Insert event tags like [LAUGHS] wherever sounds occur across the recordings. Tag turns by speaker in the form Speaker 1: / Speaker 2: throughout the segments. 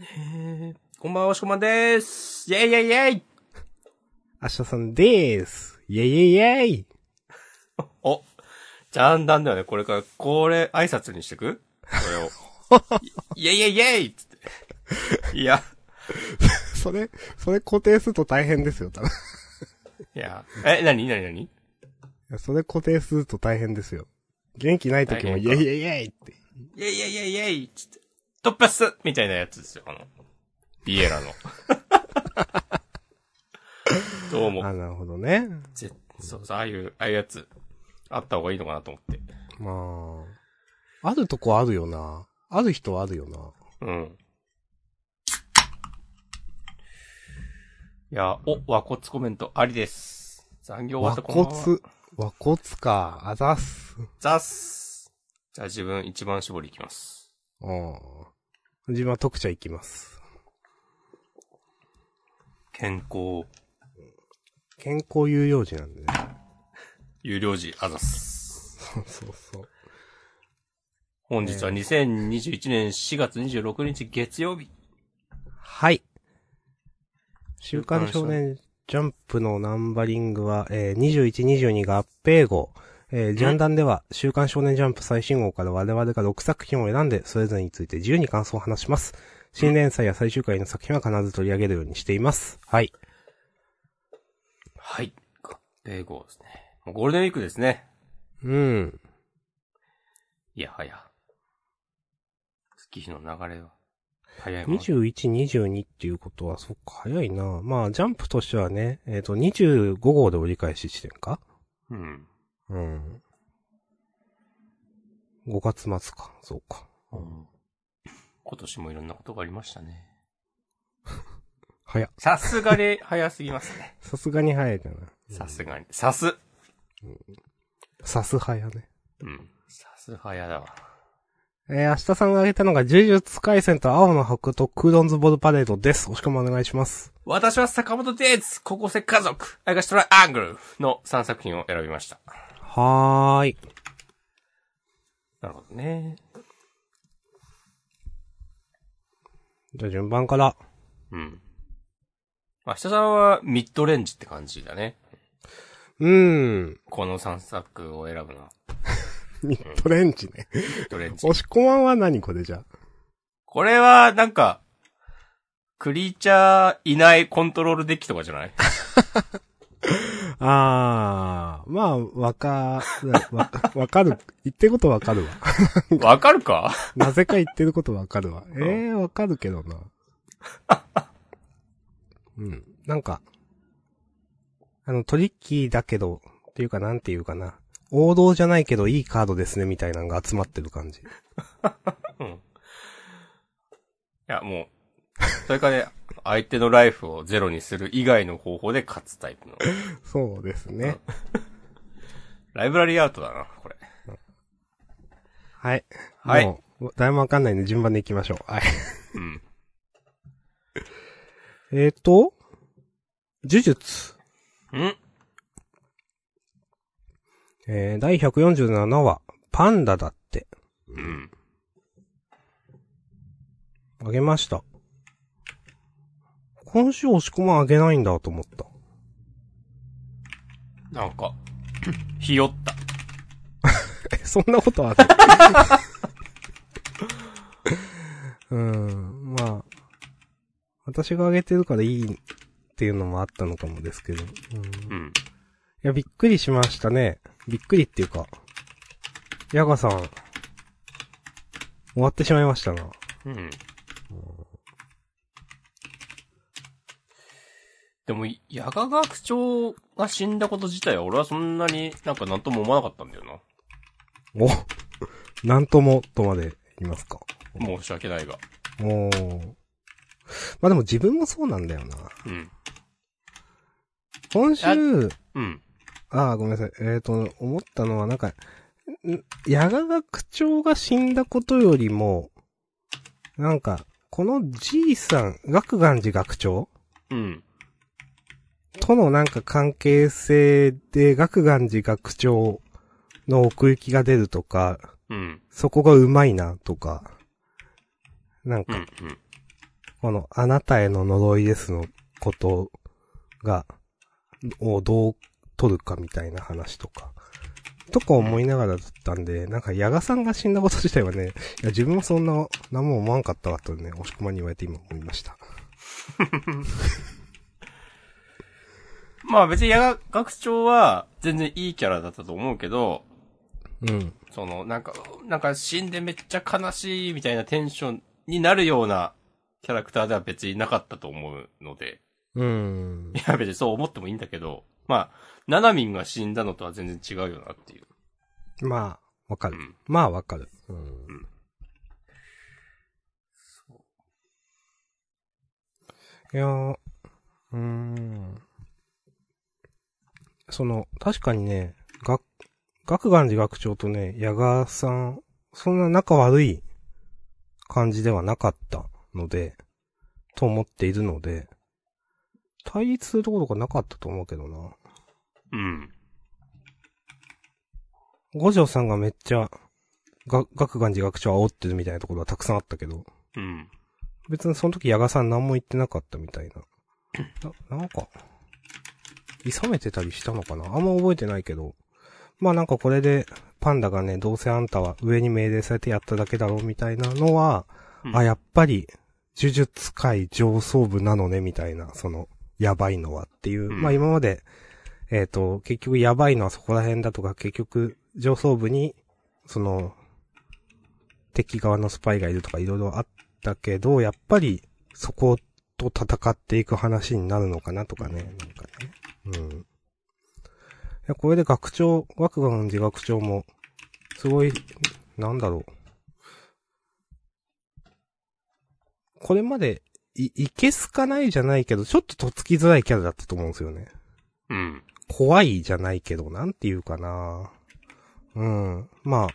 Speaker 1: へーこんばんは、おしこまんでーす。イェイイェイイェイ
Speaker 2: 明日さんでーす。イェイイェイイェイ。
Speaker 1: お、ジャンダンだよね。これから、これ、挨拶にしてくこれを。 [LAUGHS] イェイイェイイェイつって。いや、
Speaker 2: それ、それ固定すると大変ですよ、多分。い
Speaker 1: いや、え、なになになに
Speaker 2: やそれ固定すると大変ですよ。元気ない時も
Speaker 1: 大
Speaker 2: イ
Speaker 1: 変か
Speaker 2: ェイイェイイェイって。
Speaker 1: イェイイェイイェイイェイつって。突破すみたいなやつですよ、あの。ビエラ [LAUGHS] の。どうも。
Speaker 2: あ、なるほどね。
Speaker 1: ぜそうそう、ああいう、ああいうやつ、あった方がいいのかなと思って。
Speaker 2: まあ。あるとこあるよな。ある人はあるよな。
Speaker 1: うん。いや、お、和骨コメントありです。残業終わっ
Speaker 2: 和
Speaker 1: たこん
Speaker 2: 骨
Speaker 1: ばんは。。
Speaker 2: 和骨か。あざっす。
Speaker 1: ザッス。じゃあ自分一番絞りいきます。
Speaker 2: うん。自分は特茶行きます。
Speaker 1: 健康、
Speaker 2: 健康有用時なんでね。
Speaker 1: 有料時、あざっす。
Speaker 2: [LAUGHS] そうそうそう。
Speaker 1: 本日は2021年4月26日月曜日。
Speaker 2: はい。週刊少年ジャンプのナンバリングは、えー、21、22が合併号。えージャンダンでは、週刊少年ジャンプ最新号から我々が6作品を選んで、それぞれについて自由に感想を話します。新連載や最終回の作品は必ず取り上げるようにしています。はい。
Speaker 1: はい。合併号ですね。もうゴールデンウィークですね。
Speaker 2: うん。
Speaker 1: いやはや。月日の流れは。早いもん。
Speaker 2: 21、22っていうことは、そっか、早いな。まあ、ジャンプとしてはね、えっ、と、25号で折り返し地点か
Speaker 1: うん。
Speaker 2: うん。5月末か、そうか。
Speaker 1: 今年もいろんなことがありましたね。
Speaker 2: 早っ
Speaker 1: さすがに早すぎますね。
Speaker 2: さすがに早いかな。
Speaker 1: さすがに。さす。
Speaker 2: さす早ね。
Speaker 1: うん。さす早だわ。
Speaker 2: えー、明日さんが挙げたのが、呪術回戦と青の白とクードンズボールパレードです。おしかもお願いします。
Speaker 1: 私は坂本デーツ、高校生家族、アイガシトライアングルの3作品を選びました。
Speaker 2: はーい。
Speaker 1: なるほどね。
Speaker 2: じゃあ順番から。
Speaker 1: うん。まあ、下さんはミッドレンジって感じだね。
Speaker 2: うーん。
Speaker 1: この3作を選ぶのは
Speaker 2: ミッドレンジね。
Speaker 1: ミッドレンジ。
Speaker 2: おしこまんは何これじゃ
Speaker 1: これは、なんか、クリーチャーいないコントロールデッキとかじゃない
Speaker 2: あー、まあ、わか、わか、わかる。言ってることわかるわ。
Speaker 1: わかるか
Speaker 2: なぜか言ってることわかるわ。ええー、わかるけどな。うん。なんか、あの、トリッキーだけど、っていうかなんていうかな。王道じゃないけどいいカードですね、みたいなのが集まってる感じ。
Speaker 1: うん。いや、もう、それかね、相手のライフをゼロにする以外の方法で勝つタイプの。
Speaker 2: そうですね。
Speaker 1: ライブラリーアウトだな、これ。
Speaker 2: はい。
Speaker 1: はい
Speaker 2: もう、誰もわかんないんで順番で行きましょう。はい。
Speaker 1: うん。
Speaker 2: えっと、呪術。
Speaker 1: ん
Speaker 2: えー、第147話、パンダだって。
Speaker 1: うん。
Speaker 2: あげました。今週押し込まんあげないんだと思った。
Speaker 1: なんか、 [CLEARS THROAT] ひよった。
Speaker 2: えそんなことある [LAUGHS] うん、まあ。私があげてるからいいっていうのもあったのかもですけど。うん、い
Speaker 1: うん。
Speaker 2: や、びっくりしましたね。びっくりっていうか。ヤガさん、終わってしまいましたな。
Speaker 1: うん。でも、ヤガ学長が死んだこと自体は俺はそんなになんかなんとも思わなかったんだよな。
Speaker 2: お、なんとも、とまで言いますか。
Speaker 1: 申し訳ないが。
Speaker 2: もう。まあでも自分もそうなんだよな。
Speaker 1: うん。
Speaker 2: 今週、
Speaker 1: うん。
Speaker 2: ああ、ごめんなさい。えっ、と、思ったのは、なんか、ん矢賀学長が死んだことよりも、なんか、このじいさん、学願寺学長
Speaker 1: うん。
Speaker 2: とのなんか関係性で、学願寺学長の奥行きが出るとか、
Speaker 1: うん。
Speaker 2: そこがうまいな、とか、な
Speaker 1: う
Speaker 2: ん
Speaker 1: ん。う
Speaker 2: か、
Speaker 1: ん。
Speaker 2: この、あなたへの呪いですのことが、をどう取るかみたいな話とか、とか思いながらだったんで、なんか、ヤガさんが死んだこと自体はね、いや、自分もそんな、何も思わんかったわとね、押し込まに言われて今思いました。
Speaker 1: まあ別に矢が学長は全然いいキャラだったと思うけど、
Speaker 2: うん。
Speaker 1: その、なんか、なんか死んでめっちゃ悲しいみたいなテンションになるようなキャラクターでは別になかったと思うので、 [LAUGHS]
Speaker 2: うん
Speaker 1: い。や別にそう思ってもいいんだけど、まあ、ナナミンが死んだのとは全然違うよなっていう。
Speaker 2: まあ、わか
Speaker 1: う
Speaker 2: る。
Speaker 1: ん。
Speaker 2: まあ、わかる。うん。いやー、うーん。その、確かにね、学、学願寺学長とね、矢川さん、そんな仲悪い感じではなかったので、と思っているので、対立するところがなかったと思うけどな。
Speaker 1: うん。
Speaker 2: 五条さんがめっちゃ、が、学願寺学長を煽ってるみたいなところはたくさんあったけど、
Speaker 1: うん。
Speaker 2: 別にその時矢賀さん何も言ってなかったみたいな。な、なんか、いさめてたりしたのかなあんま覚えてないけど。まあなんかこれで、パンダがね、どうせあんたは上に命令されてやっただけだろうみたいなのは、
Speaker 1: うん
Speaker 2: あ、やっぱり、呪術界上層部なのね、みたいな、その、やばいのはってい
Speaker 1: う
Speaker 2: う。
Speaker 1: ん
Speaker 2: まあ今まで、えっ、と、結局やばいのはそこら辺だとか、結局、上層部に、その、敵側のスパイがいるとかいろいろあったけど、やっぱり、そこと戦っていく話になるのかなとかね、なんかね。うん。いや、これで学長、学学寺学長も、すごい、なんだろう。これまで、い、いけすかないじゃないけど、ちょっととっつきづらいキャラだったと思うんですよね。
Speaker 1: うん。
Speaker 2: 怖いじゃないけど、なんていうかなうん。まあ。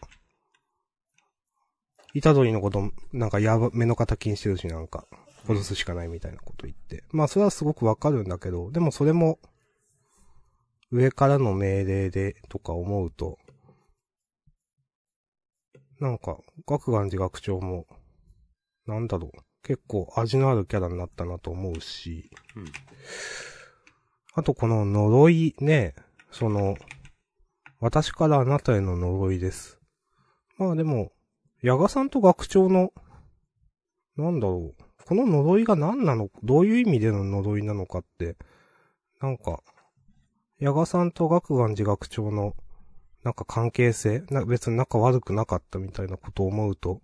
Speaker 2: イタドリのこと、なんかやば、目の敵にしてるし、なんか、殺すしかないみたいなこと言って。まあ、それはすごくわかるんだけど、でもそれも、上からの命令で、とか思うと、なんか、学願寺学長も、なんだろう、結構味のあるキャラになったなと思うし、
Speaker 1: うん
Speaker 2: あとこの呪いね、その、私からあなたへの呪いです。まあでも、矢賀さんと学長の、なんだろう、この呪いが何なの、どういう意味での呪いなのかって、なんか、矢賀さんと学願寺学長の、なんか関係性な、別に仲悪くなかったみたいなことを思うと、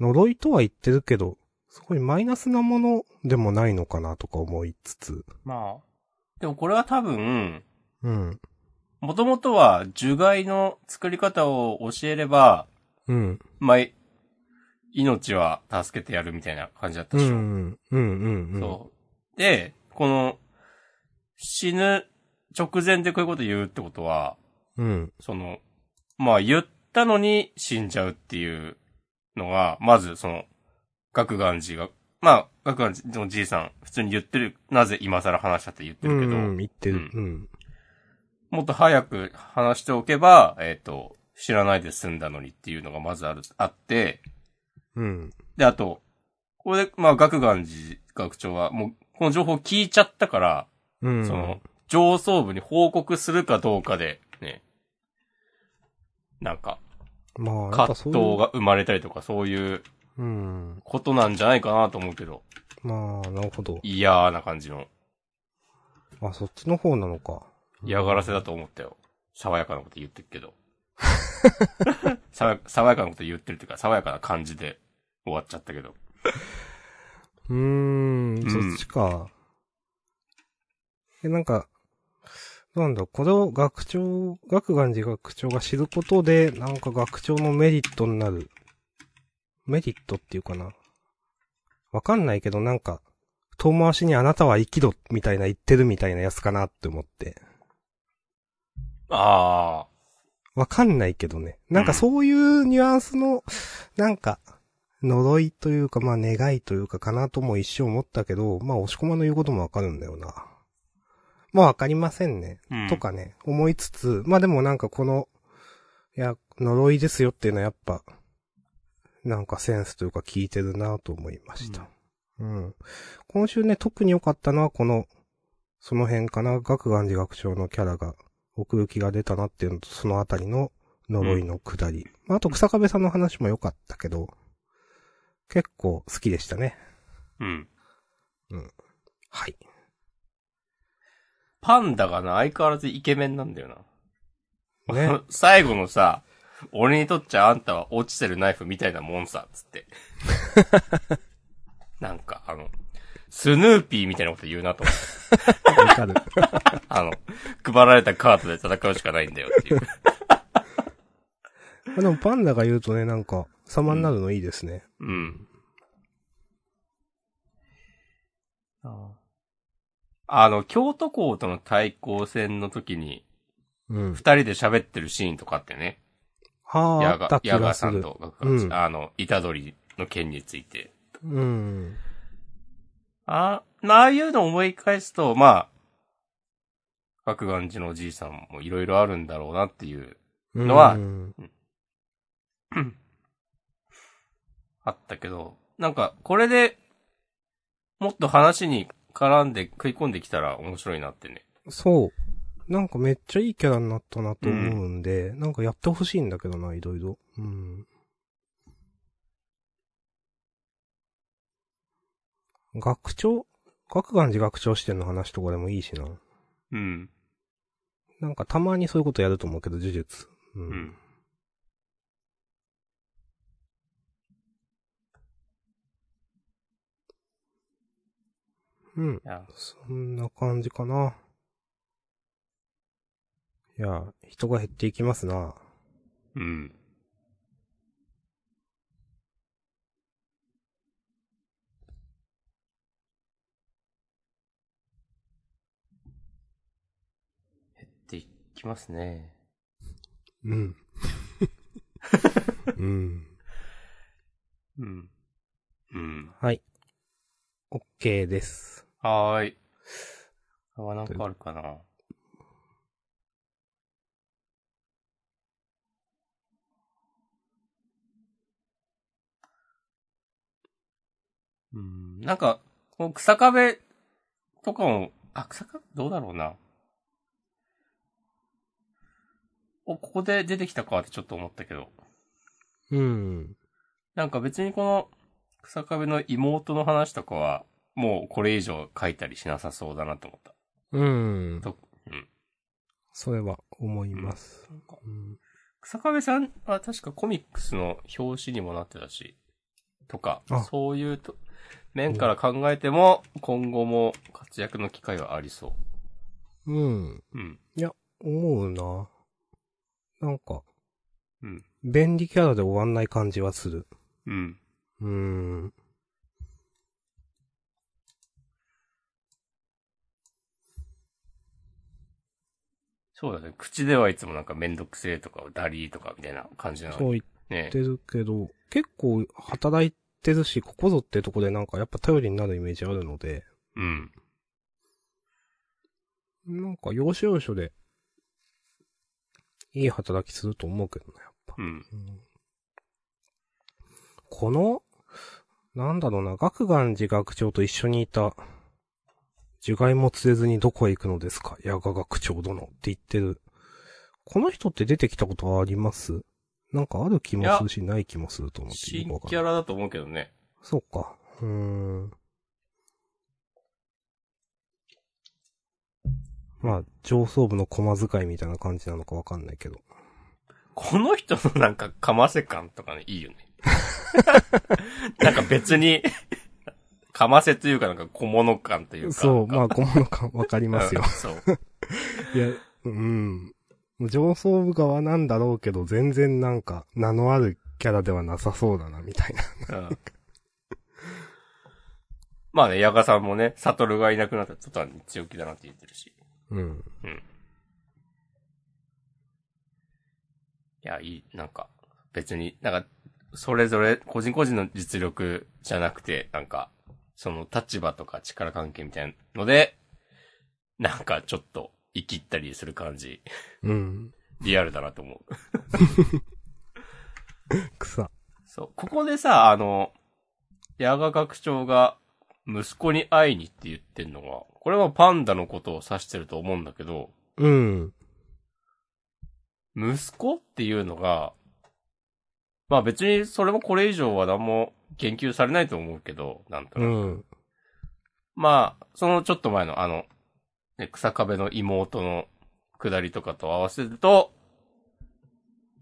Speaker 2: 呪いとは言ってるけど、すごいマイナスなものでもないのかなとか思いつつ、
Speaker 1: まあ。でもこれは多分、
Speaker 2: うん、
Speaker 1: もともとは除外の作り方を教えれば、
Speaker 2: うん、
Speaker 1: まあ、い命は助けてやるみたいな感じだった
Speaker 2: う
Speaker 1: でしょ。
Speaker 2: ん、うん、うん、うん。
Speaker 1: そう。で、この、死ぬ直前でこういうこと言うってことは、
Speaker 2: うん、
Speaker 1: その、まあ言ったのに死んじゃうっていうのが、まずその、学願寺が、まあ、学願寺のじいさん、普通に言ってる、なぜ今更話したって言って
Speaker 2: うん、
Speaker 1: る
Speaker 2: う
Speaker 1: けど、
Speaker 2: ん、言ってる。うん、
Speaker 1: もっと早く話しておけば、えっ、と、知らないで済んだのにっていうのがまずある、あって、
Speaker 2: うん、
Speaker 1: で、あと、これで、まあ、学願寺学長は、もう、この情報聞いちゃったから、
Speaker 2: うん。
Speaker 1: その、上層部に報告するかどうかで、ね、なんか、
Speaker 2: まあ、やっぱ
Speaker 1: 葛
Speaker 2: そ
Speaker 1: 藤
Speaker 2: ういう。
Speaker 1: が生まれたりとか、そういう
Speaker 2: うん。
Speaker 1: ことなんじゃないかなと思うけど、
Speaker 2: まあ、なるほど。
Speaker 1: 嫌な感じの
Speaker 2: あ、そっちの方なのか。
Speaker 1: 嫌がらせだと思ったよ。爽やかなこと言ってるけ
Speaker 2: [LAUGHS]
Speaker 1: ど。爽や爽やかなこと言ってるっていうか、爽やかな感じで終わっちゃったけど。
Speaker 2: う
Speaker 1: う
Speaker 2: ー、
Speaker 1: んん
Speaker 2: そっちか。え、なんか、なんだ、これを学長、学願寺学長が知ることで、なんか学長のメリットになる。メリットっていうかな。わかんないけど、なんか、遠回しにあなたは生きろ、みたいな言ってるみたいなやつかなって思って。
Speaker 1: ああ、
Speaker 2: わかんないけどね。なんかそういうニュアンスの、なんか、呪いというか、まあ願いというかかなとも一瞬思ったけど、まあ押し込まの言うこともわかるんだよな。まあわかりませんね。
Speaker 1: うん
Speaker 2: と。かね、思いつつ、まあでもなんかこの、いや、呪いですよっていうのはやっぱ、なんかセンスというか聞いてるなと思いました。ううん。今週ね、特に良かったのはこの、その辺かな、学願寺学長のキャラが、奥行きが出たなっていうのと、そのあたりの呪いの下り。まあ、あと、草壁さんの話も良かったけど、結構好きでしたね。
Speaker 1: うん。
Speaker 2: はい。
Speaker 1: パンダがな、相変わらずイケメンなんだよな。 [LAUGHS]
Speaker 2: ね。
Speaker 1: 最後のさ、俺にとっちゃあんたは落ちてるナイフみたいなもんさ、つっ
Speaker 2: [LAUGHS]
Speaker 1: て。なんか、あの、スヌーピーみたいなこと言うなと思って。
Speaker 2: わかる。
Speaker 1: あの、配られたカードで戦うしかないんだよっていう。
Speaker 2: まあでも、パンダが言うとね、なんか、様になるのいいですね。
Speaker 1: うん。あの、京都校との対抗戦の時に、
Speaker 2: うん。
Speaker 1: 二人で喋ってるシーンとかってね、
Speaker 2: はあ、あ
Speaker 1: ヤ
Speaker 2: った
Speaker 1: ガ
Speaker 2: 気
Speaker 1: ヤガ
Speaker 2: がす
Speaker 1: さん
Speaker 2: る。
Speaker 1: とガクガクさん、
Speaker 2: うん
Speaker 1: あの、イタドリの件について。
Speaker 2: うん。
Speaker 1: あ、まあ、ああいうの思い返すと、まあ、各眼寺のおじいさんもいろいろあるんだろうなっていう、のは
Speaker 2: うん
Speaker 1: あったけど、なんか、これで、もっと話に絡んで食い込んできたら面白いなってね。
Speaker 2: そう。なんかめっちゃいいキャラになったなと思うんで、なんかやってほしいんだけどな、いろいろ。うん。学長学願寺学長視点の話とかでもいいしな。
Speaker 1: うん。
Speaker 2: なんかたまにそういうことやると思うけど、呪術。うん。
Speaker 1: うん。
Speaker 2: うん。
Speaker 1: いや、
Speaker 2: そんな感じかな。いや、人が減っていきますな。
Speaker 1: うん。減っていきますね。
Speaker 2: [LAUGHS] うん。うん。
Speaker 1: うん。うん。
Speaker 2: はい。OK です。
Speaker 1: はーい。他はなんかあるかなうん、なんか、こう草壁とかも、あ、草壁どうだろうな。お、ここで出てきたかってちょっと思ったけど。
Speaker 2: うん。
Speaker 1: なんか別にこの草壁の妹の話とかは、もうこれ以上書いたりしなさそうだなと思った。
Speaker 2: うん。
Speaker 1: とうん
Speaker 2: それは思います。うん。
Speaker 1: 草壁さんは確かコミックスの表紙にもなってたし、とか
Speaker 2: あ、
Speaker 1: そういうと面から考えても、今後も活躍の機会はありそ
Speaker 2: うん。
Speaker 1: う。うん。
Speaker 2: 思うな。なんか、
Speaker 1: うん。
Speaker 2: 便利キャラで終わんない感じはする。
Speaker 1: うん。
Speaker 2: うん。
Speaker 1: そうだね。口ではいつもなんかめんどくせえとか、ダリーとかみたいな感じな
Speaker 2: そう
Speaker 1: の
Speaker 2: 言っ
Speaker 1: ね
Speaker 2: て。るけど、結構働いてるし、ここぞってとこでなんかやっぱ頼りになるイメージあるので、
Speaker 1: うん。
Speaker 2: なんか、要所要所で、いい働きすると思うけどね、やっぱ。
Speaker 1: うん。
Speaker 2: うんこの、なんだろうな、学願寺学長と一緒にいた、自害も釣れずにどこへ行くのですか、矢賀学長殿って言ってる。この人って出てきたことはありますなんかある気もするし、ない気もすると思って。
Speaker 1: 新
Speaker 2: よくわか
Speaker 1: キ
Speaker 2: ん
Speaker 1: ャ
Speaker 2: ない
Speaker 1: ラだと思うけどね。
Speaker 2: そうか。うーん。まあ、上層部の駒使いみたいな感じなのかわかんないけど。
Speaker 1: この人のなんかかませ感とかね、いいよね。 [LAUGHS] なんか別に、かませというかなんか小物感というか。
Speaker 2: そう、
Speaker 1: あ、
Speaker 2: まあ、小物感わかりますよ
Speaker 1: うん。そう。
Speaker 2: いや、うん。上層部側なんだろうけど、全然なんか、名のあるキャラではなさそうだな、みたいな。
Speaker 1: うんまあね、ヤガさんもね、サトルがいなくなった途端に強気だなって言ってるし。
Speaker 2: うん。
Speaker 1: いや、いい、なんか、別に、なんか、それぞれ、個人個人の実力じゃなくて、なんか、その立場とか力関係みたいなので、なんかちょっと、生きったりする感じ、
Speaker 2: うん。
Speaker 1: リアルだなと思う。
Speaker 2: 草。
Speaker 1: そう。ここでさ、あの、矢賀学長が、息子に会いにって言ってんのが、これはパンダのことを指してると思うんだけど、
Speaker 2: うん。
Speaker 1: 息子っていうのが、まあ別にそれもこれ以上は何も言及されないと思うけど、なんと
Speaker 2: う
Speaker 1: なく。
Speaker 2: ん。
Speaker 1: まあ、そのちょっと前のあの、ね草壁の妹の下りとかと合わせると、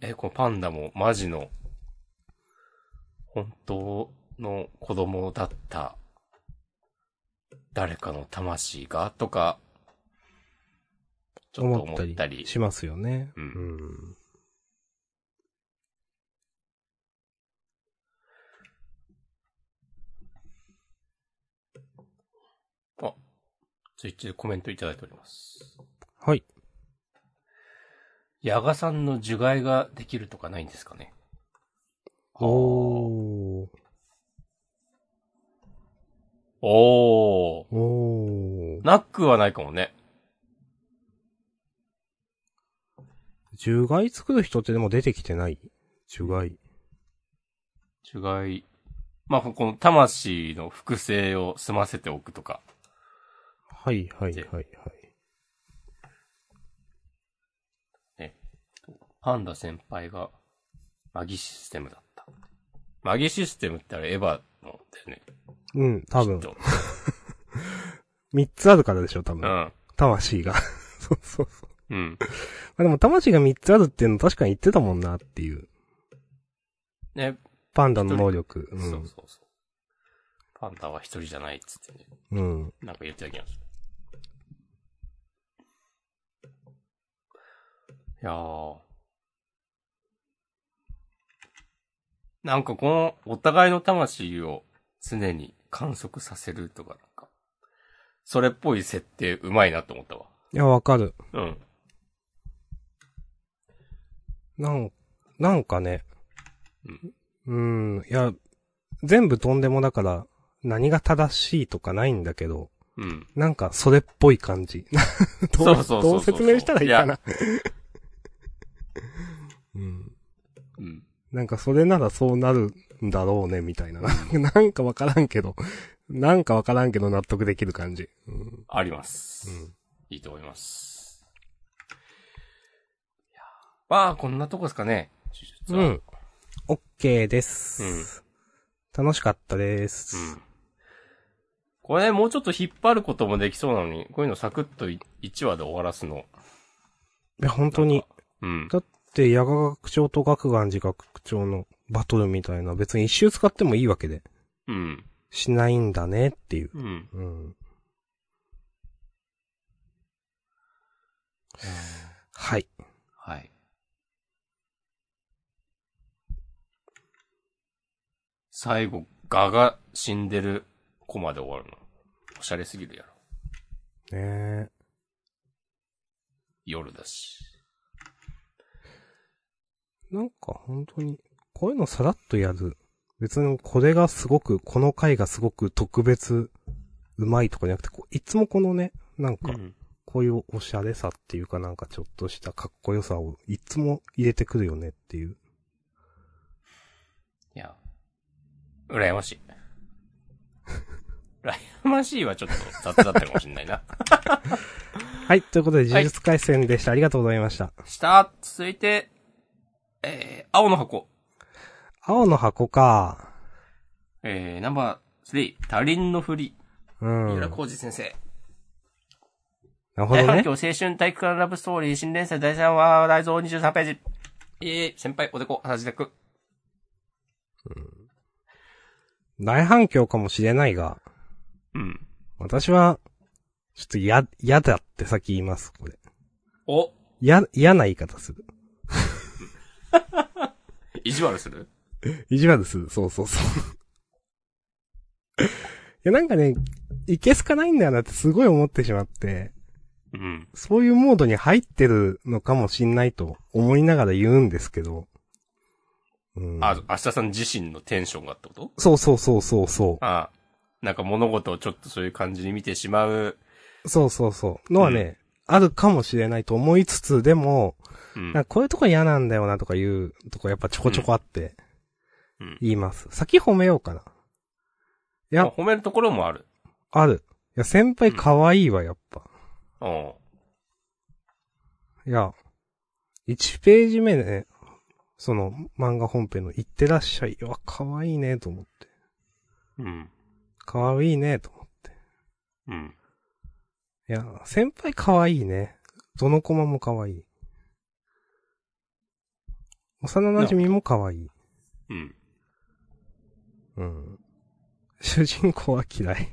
Speaker 1: え、このパンダもマジの、本当の子供だった、誰かの魂が、とか、ちょっと
Speaker 2: 思
Speaker 1: 思
Speaker 2: っ
Speaker 1: ったた
Speaker 2: り
Speaker 1: り。
Speaker 2: しますよね。
Speaker 1: うん
Speaker 2: ん。
Speaker 1: ツイッチでコメントいただいております。
Speaker 2: はい。
Speaker 1: ヤガさんの除外ができるとかないんですかねー。
Speaker 2: おー。
Speaker 1: おー。
Speaker 2: おー。
Speaker 1: なくはないかもね。
Speaker 2: 除外作る人ってでも出てきてない除外。
Speaker 1: 違い。まあ、この魂の複製を済ませておくとか。
Speaker 2: はいはいはいはい。
Speaker 1: パンダ先輩が、マギシステムだった。マギシステムってあれエヴァのだよね。
Speaker 2: うん、多分
Speaker 1: きっ。と
Speaker 2: 三つあるからでしょ、多
Speaker 1: う
Speaker 2: 分。
Speaker 1: ん。
Speaker 2: 魂が。 [LAUGHS] そうそうそう。
Speaker 1: うん。
Speaker 2: まあでも魂が三つあるっていうの確かに言ってたもんなっていう。
Speaker 1: ね、
Speaker 2: パンダの能力。
Speaker 1: そうそうそう。パンダは一人じゃないっつってね。
Speaker 2: うん。うん。
Speaker 1: なんか言ってた気がする。いやー。なんかこの、お互いの魂を常に観測させるとかなんか、それっぽい設定うまいなと思ったわ。
Speaker 2: いや、わかる。
Speaker 1: うん。
Speaker 2: なん、なんかね。
Speaker 1: うん
Speaker 2: うん。いや、全部とんでもだから、何が正しいとかないんだけど、
Speaker 1: うん。
Speaker 2: なんかそれっぽい感じ。 [LAUGHS]
Speaker 1: そう
Speaker 2: ど
Speaker 1: そうそうそう
Speaker 2: どう説明したらいいかな。 [LAUGHS] うん。
Speaker 1: うん。
Speaker 2: なんかそれならそうなるんだろうね、みたいな。なんかわからんけど、なんかわからんけど納得できる感じ。うん。
Speaker 1: あります。
Speaker 2: うん
Speaker 1: いいと思います。いやーまあ、こんなとこですかね。
Speaker 2: う
Speaker 1: 呪術は
Speaker 2: ん。オッケーです。楽しかったです。
Speaker 1: うん。これね、もうちょっと引っ張ることもできそうなのに、こういうのサクッと1話で終わらすの。
Speaker 2: いや、本当に。
Speaker 1: うん。
Speaker 2: だって、矢賀学長と学願寺学長のバトルみたいな、別に一周使ってもいいわけで。
Speaker 1: うん。
Speaker 2: しないんだねっていう。
Speaker 1: うん。
Speaker 2: うん。はい。
Speaker 1: はい。最後、ガが死んでるコマで終わるの。おしゃれすぎるやろ。
Speaker 2: ねえ。
Speaker 1: 夜だし。
Speaker 2: なんか本当に、こういうのさらっとやる。別にこれがすごく、この回がすごく特別、うまいとかじゃなくて、こういつもこのね、なん
Speaker 1: う
Speaker 2: か、
Speaker 1: ん。
Speaker 2: こういうおしゃれさっていうかなんかちょっとしたかっこよさをいつも入れてくるよねっていう。
Speaker 1: いや、羨ましい。 [LAUGHS] 羨ましいはちょっと雑だったかもしんないな。
Speaker 2: はい、ということで、呪術回戦でした。ありがとうございました。
Speaker 1: 下、続いて、えー、青の箱。
Speaker 2: 青の箱か。
Speaker 1: えー、ナンバー3、他人のふり、
Speaker 2: うん。
Speaker 1: 三浦
Speaker 2: なるほ
Speaker 1: 浩二先生。
Speaker 2: ど
Speaker 1: 大 [LAUGHS]
Speaker 2: ね
Speaker 1: 反。響青春体育館ラブストーリー、新連載第3話、大蔵23ページ。えー、先輩、おでこ、話だく。
Speaker 2: 大反響かもしれないが、
Speaker 1: うん。
Speaker 2: 私は、ちょっと嫌、嫌だって先言います、これ。
Speaker 1: お、
Speaker 2: 嫌、嫌な言い方する。
Speaker 1: 意地悪する
Speaker 2: 意地悪する。そうそうそう。 [LAUGHS] いや、なんかね、いけすかないんだよなってすごい思ってしまって、
Speaker 1: うん。
Speaker 2: そういうモードに入ってるのかもしんないと思いながら言うんですけど。うん。
Speaker 1: あ、明日さん自身のテンションがってこと
Speaker 2: そうそうそうそうそ
Speaker 1: ああなんか物事をちょっとそういう感じに見てしまう。
Speaker 2: う。そうそうそう。のはね、あるかもしれないと思いつつ、でも、
Speaker 1: うん
Speaker 2: なんか。こういうとこ嫌なんだよなとかいうとこやっぱちょこちょこあって
Speaker 1: うん
Speaker 2: 言います。先褒めようかな。い
Speaker 1: ま
Speaker 2: や
Speaker 1: あ褒めるところもある。
Speaker 2: ある。いや、先輩可愛いわ、やっぱ。
Speaker 1: お
Speaker 2: いや、1ページ目ね、その漫画本編のいってらっしゃい。うわ、可愛いね、と思って。
Speaker 1: ううん。
Speaker 2: 可愛いね、と思って。
Speaker 1: うん。
Speaker 2: いや、先輩可愛いね。どのコマも可愛い。幼馴染も可愛い。
Speaker 1: うん。
Speaker 2: うん。主人公は嫌い。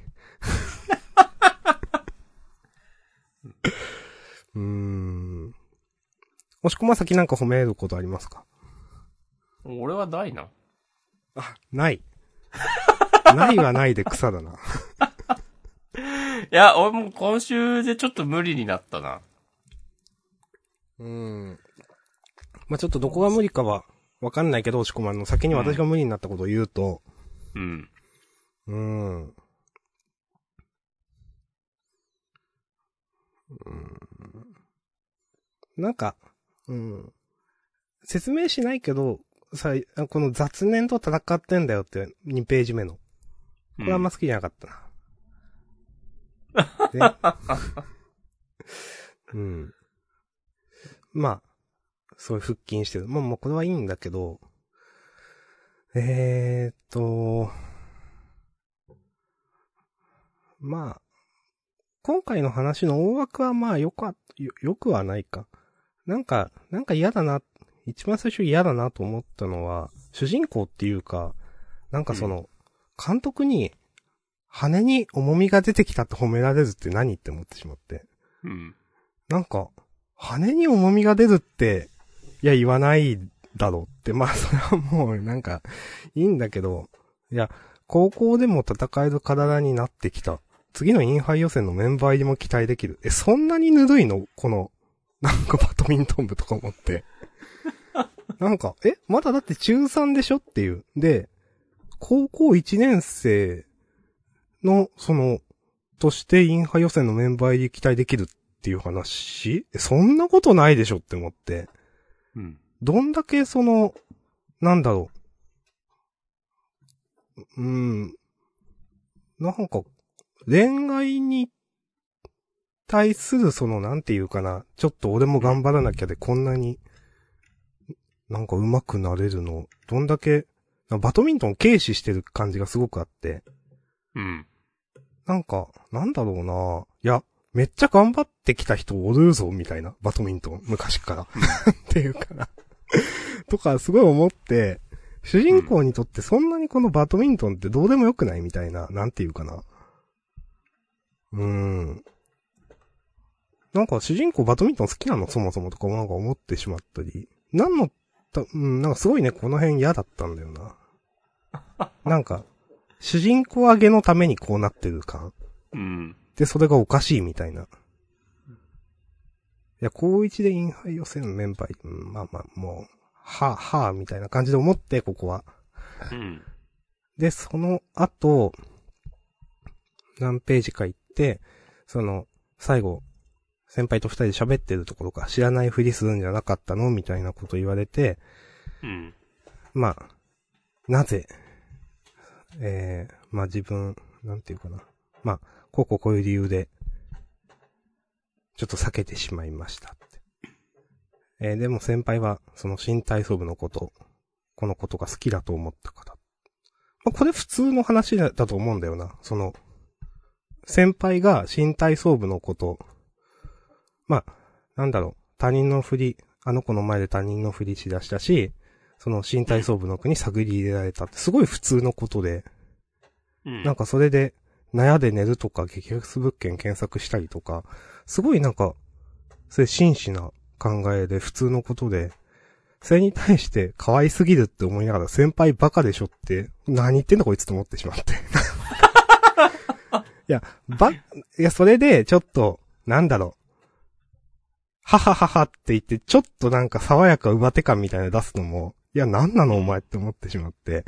Speaker 2: うーん。押し込まさきなんか褒めることありますか
Speaker 1: 俺は大な。
Speaker 2: ない。ないはないで草だな。
Speaker 1: いや、俺も今週でちょっと無理になったな。
Speaker 2: うん。まあ、ちょっとどこが無理かはわかんないけど、押し込まんの先に私が無理になったことを言うと、
Speaker 1: うん。
Speaker 2: うーん。うーんなんか、うん。説明しないけど、さ、あこの雑念と戦ってんだよって、2ページ目の。こ
Speaker 1: こ
Speaker 2: れあんま好きじゃなかったな。でうん。まあ、そういう腹筋してる。まあもうこれはいいんだけど、えーっと、まあ、今回の話の大枠はまあよか、よ、よくはないか。なんか、なんか嫌だな、一番最初嫌だなと思ったのは、主人公っていうか、なんかその、監督に、羽に重みが出てきたって褒められるって何って思ってしまって。
Speaker 1: うん。
Speaker 2: なんか、羽に重みが出るって、いや、言わないだろうって。まあ、それはもう、なんか、いいんだけど、いや、高校でも戦える体になってきた。次のインハイ予選のメンバー入りも期待できる。え、そんなにぬるいのこの、なんかバドミントン部とか思って。なんか、え、まだだって中3でしょっていう。で、高校1年生の、その、としてインハイ予選のメンバー入り期待できるっていう話えそんなことないでしょって思って。
Speaker 1: うん。
Speaker 2: どんだけその、なんだろう。うん。なんか、恋愛に対するその、なんていうかな、ちょっと俺も頑張らなきゃでこんなに、なんか上手くなれるの、どんだけ、なんかバドミントンを軽視してる感じがすごくあって。
Speaker 1: うん。
Speaker 2: なんか、なんだろうないや、めっちゃ頑張ってきた人おるぞ、みたいな。バドミントン、昔から。っていうから。とか、すごい思って、主人公にとってそんなにこのバドミントンってどうでもよくないみたいな、なんていうかな。うーん。なんか主人公バドミントン好きなのそもそもとかなんか思ってしまったり。なんの、たうん、なんかすごいね、この辺嫌だったんだよな。なんか、主人公上げのためにこうなってる感。
Speaker 1: うん。
Speaker 2: で、それがおかしいみたいな。いや、高一でインハイ予選のメンバー、うんまあまあ、もう、はあ、はあ、みたいな感じで思って、ここは。
Speaker 1: うん。
Speaker 2: で、その後、何ページか行って、その、最後、先輩と二人で喋ってるところか、知らないふりするんじゃなかったのみたいなこと言われて、
Speaker 1: うん。
Speaker 2: まあ、なぜ、えー、まあ自分、なんていうかな。まあ、こうこうこういう理由で、ちょっと避けてしまいましたって。えー、でも先輩は、その新体操部のこと、このことが好きだと思ったから。まあ、これ普通の話だだと思うんだよな。その、先輩が新体操部のこと、まあ、なんだろう、他人の振り、あの子の前で他人の振りしだしたし、その新体操部の子に探り入れられたって、すごい普通のことで、
Speaker 1: うん。
Speaker 2: なんかそれで、悩んで寝るとか、激安物件検索したりとか、すごいなんか、それ真摯な考えで普通のことで、それに対して可愛すぎるって思いながら先輩バカでしょって、何言ってんだこいつと思ってしま
Speaker 1: [LAUGHS]
Speaker 2: って。いや、ば、いや、それでちょっと、なんだろう。ははははって言って、ちょっとなんか爽やか上手感みたいなの出すのも、いや、なんなのお前って思ってしまって。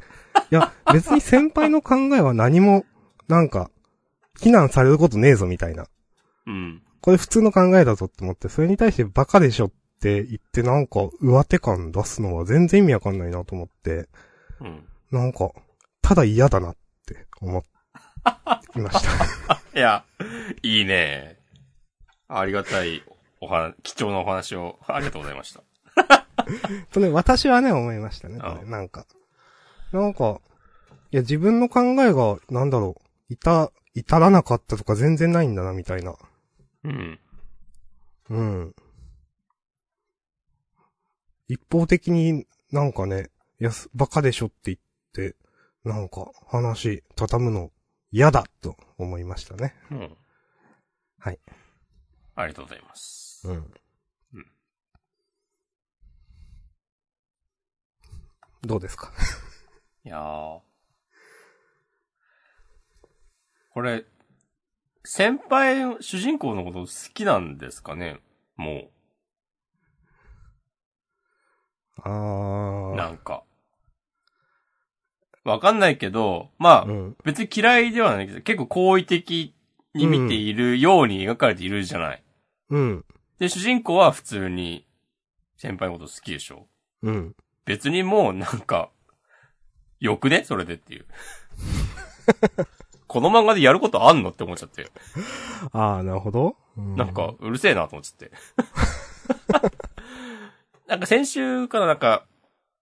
Speaker 2: いや、 [LAUGHS] 別に先輩の考えは何も、なんか、非難されることねえぞみたいな。
Speaker 1: うん。
Speaker 2: これ普通の考えだぞって思って、それに対してバカでしょって言ってなんか上手感出すのは全然意味わかんないなと思って、
Speaker 1: うん。
Speaker 2: [LAUGHS] なんか、ただ嫌だなって思いました。
Speaker 1: いや、いいね。ありがたいお話、貴重なお話を、ありがとうございました。
Speaker 2: とね、私はね、思いましたね、こ
Speaker 1: う
Speaker 2: れ。なんか。なんか、いや、自分の考えが、なんだろう、いた、至らなかったとか全然ないんだな、みたいな。
Speaker 1: うん。
Speaker 2: うん。一方的になんかね、いやす、バカでしょって言って、なんか話、畳むの嫌だと思いましたね。
Speaker 1: うん。
Speaker 2: はい。
Speaker 1: ありがとうございます。
Speaker 2: うん。
Speaker 1: うん
Speaker 2: どうですか
Speaker 1: いやー。これ、先輩、主人公のこと好きなんですかねも
Speaker 2: あ
Speaker 1: う、
Speaker 2: ー。
Speaker 1: なんか。わかんないけど、まあ、
Speaker 2: うん。
Speaker 1: 別に嫌いではないけど、結構好意的に見ているように描かれているじゃない。
Speaker 2: うん。
Speaker 1: で、主人公は普通に先輩のこと好きでしょ
Speaker 2: うん。
Speaker 1: 別にもうなんか、よくねそれでっていう。この漫画でやることあんのって思っちゃって。
Speaker 2: あー、なるほど。う
Speaker 1: なんか、、うるせえなと思っちゃって。 [LAUGHS] なんか先週からなんか、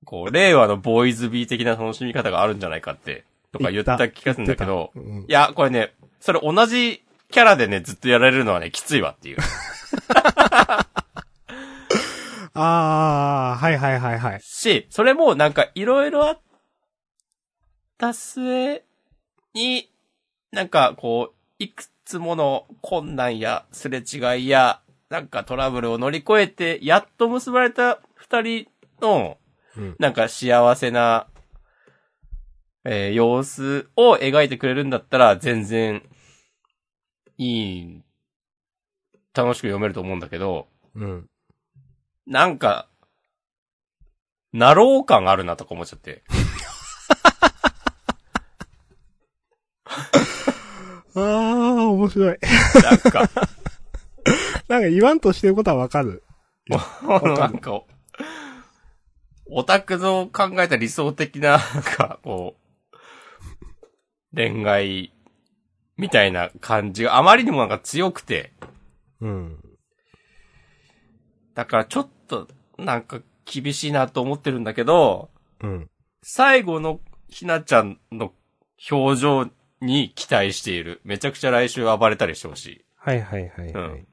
Speaker 1: こう、令和のボーイズビー的な楽しみ方があるんじゃないかって、とか言った気がするんだけど、
Speaker 2: うん
Speaker 1: いや、これね、それ同じキャラでね、ずっとやられるのはね、きついわっていう。
Speaker 2: あー、はいはいはいはい。
Speaker 1: し、それもなんかいろいろあった末に、なんかこう、いくつもの困難やすれ違いや、なんかトラブルを乗り越えて、やっと結ばれた二人の、
Speaker 2: うん。
Speaker 1: なんか幸せな、えー様子を描いてくれるんだったら、全然、いい、楽しく読めると思うんだけど、
Speaker 2: うん。
Speaker 1: なんか、なろう感あるなとか思っちゃって。
Speaker 2: あー、面白い。
Speaker 1: なんか、
Speaker 2: [LAUGHS] なんか言わんとしてることはわかる。
Speaker 1: もうなんか、オタクの考えた理想的な、なんか、こう、恋愛、みたいな感じがあまりにもなんか強くて、
Speaker 2: うん。
Speaker 1: だからちょっと、なんか厳しいなと思ってるんだけど、
Speaker 2: うん。
Speaker 1: 最後のひなちゃんの表情に期待している。めちゃくちゃ来週暴れたりしてほしい。
Speaker 2: はいはいはい、
Speaker 1: う
Speaker 2: はい。
Speaker 1: んい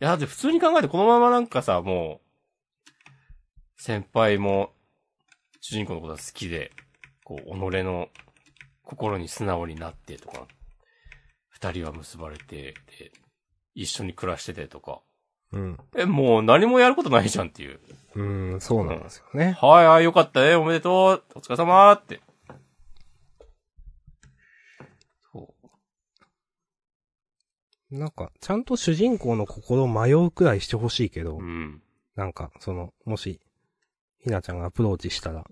Speaker 1: や、だって普通に考えてこのままなんかさ、もう、先輩も、主人公のことが好きで、こう、己の心に素直になってとか、二人は結ばれて、で、一緒に暮らしててとか、
Speaker 2: うん。
Speaker 1: え、もう何もやることないじゃんっていう。
Speaker 2: うん、そうなんですよね。
Speaker 1: はい、はい、よかったね、おめでとう、お疲れ様って。そう。
Speaker 2: なんか、ちゃんと主人公の心を迷うくらいしてほしいけど、
Speaker 1: うん。
Speaker 2: なんか、その、もし、ひなちゃんがアプローチしたら。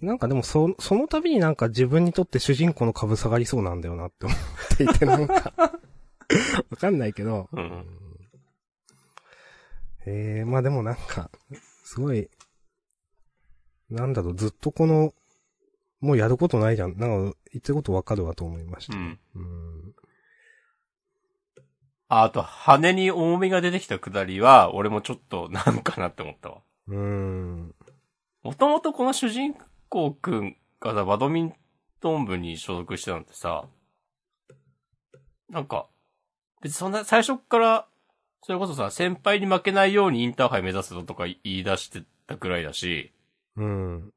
Speaker 2: なんかでも、そ、その度になんか自分にとって主人公の株下がりそうなんだよなって思っていて、なん [LAUGHS] か、わかんないけど、
Speaker 1: うん。
Speaker 2: ええまあでもなんか、すごい、なんだろう、ずっとこの、もうやることないじゃん。なんか、言ってることわかるわと思いまし
Speaker 1: う
Speaker 2: た。
Speaker 1: ん。
Speaker 2: うん。
Speaker 1: あ、あと、羽に重みが出てきたくだりは、俺もちょっとなんかなって思ったわ。
Speaker 2: うん。
Speaker 1: もともとこの主人公くんがさ、バドミントン部に所属してたのってさ、なんか、別にそんな、最初っから、それこそさ、先輩に負けないようにインターハイ目指すぞとか言い出してたくらいだし、
Speaker 2: うん。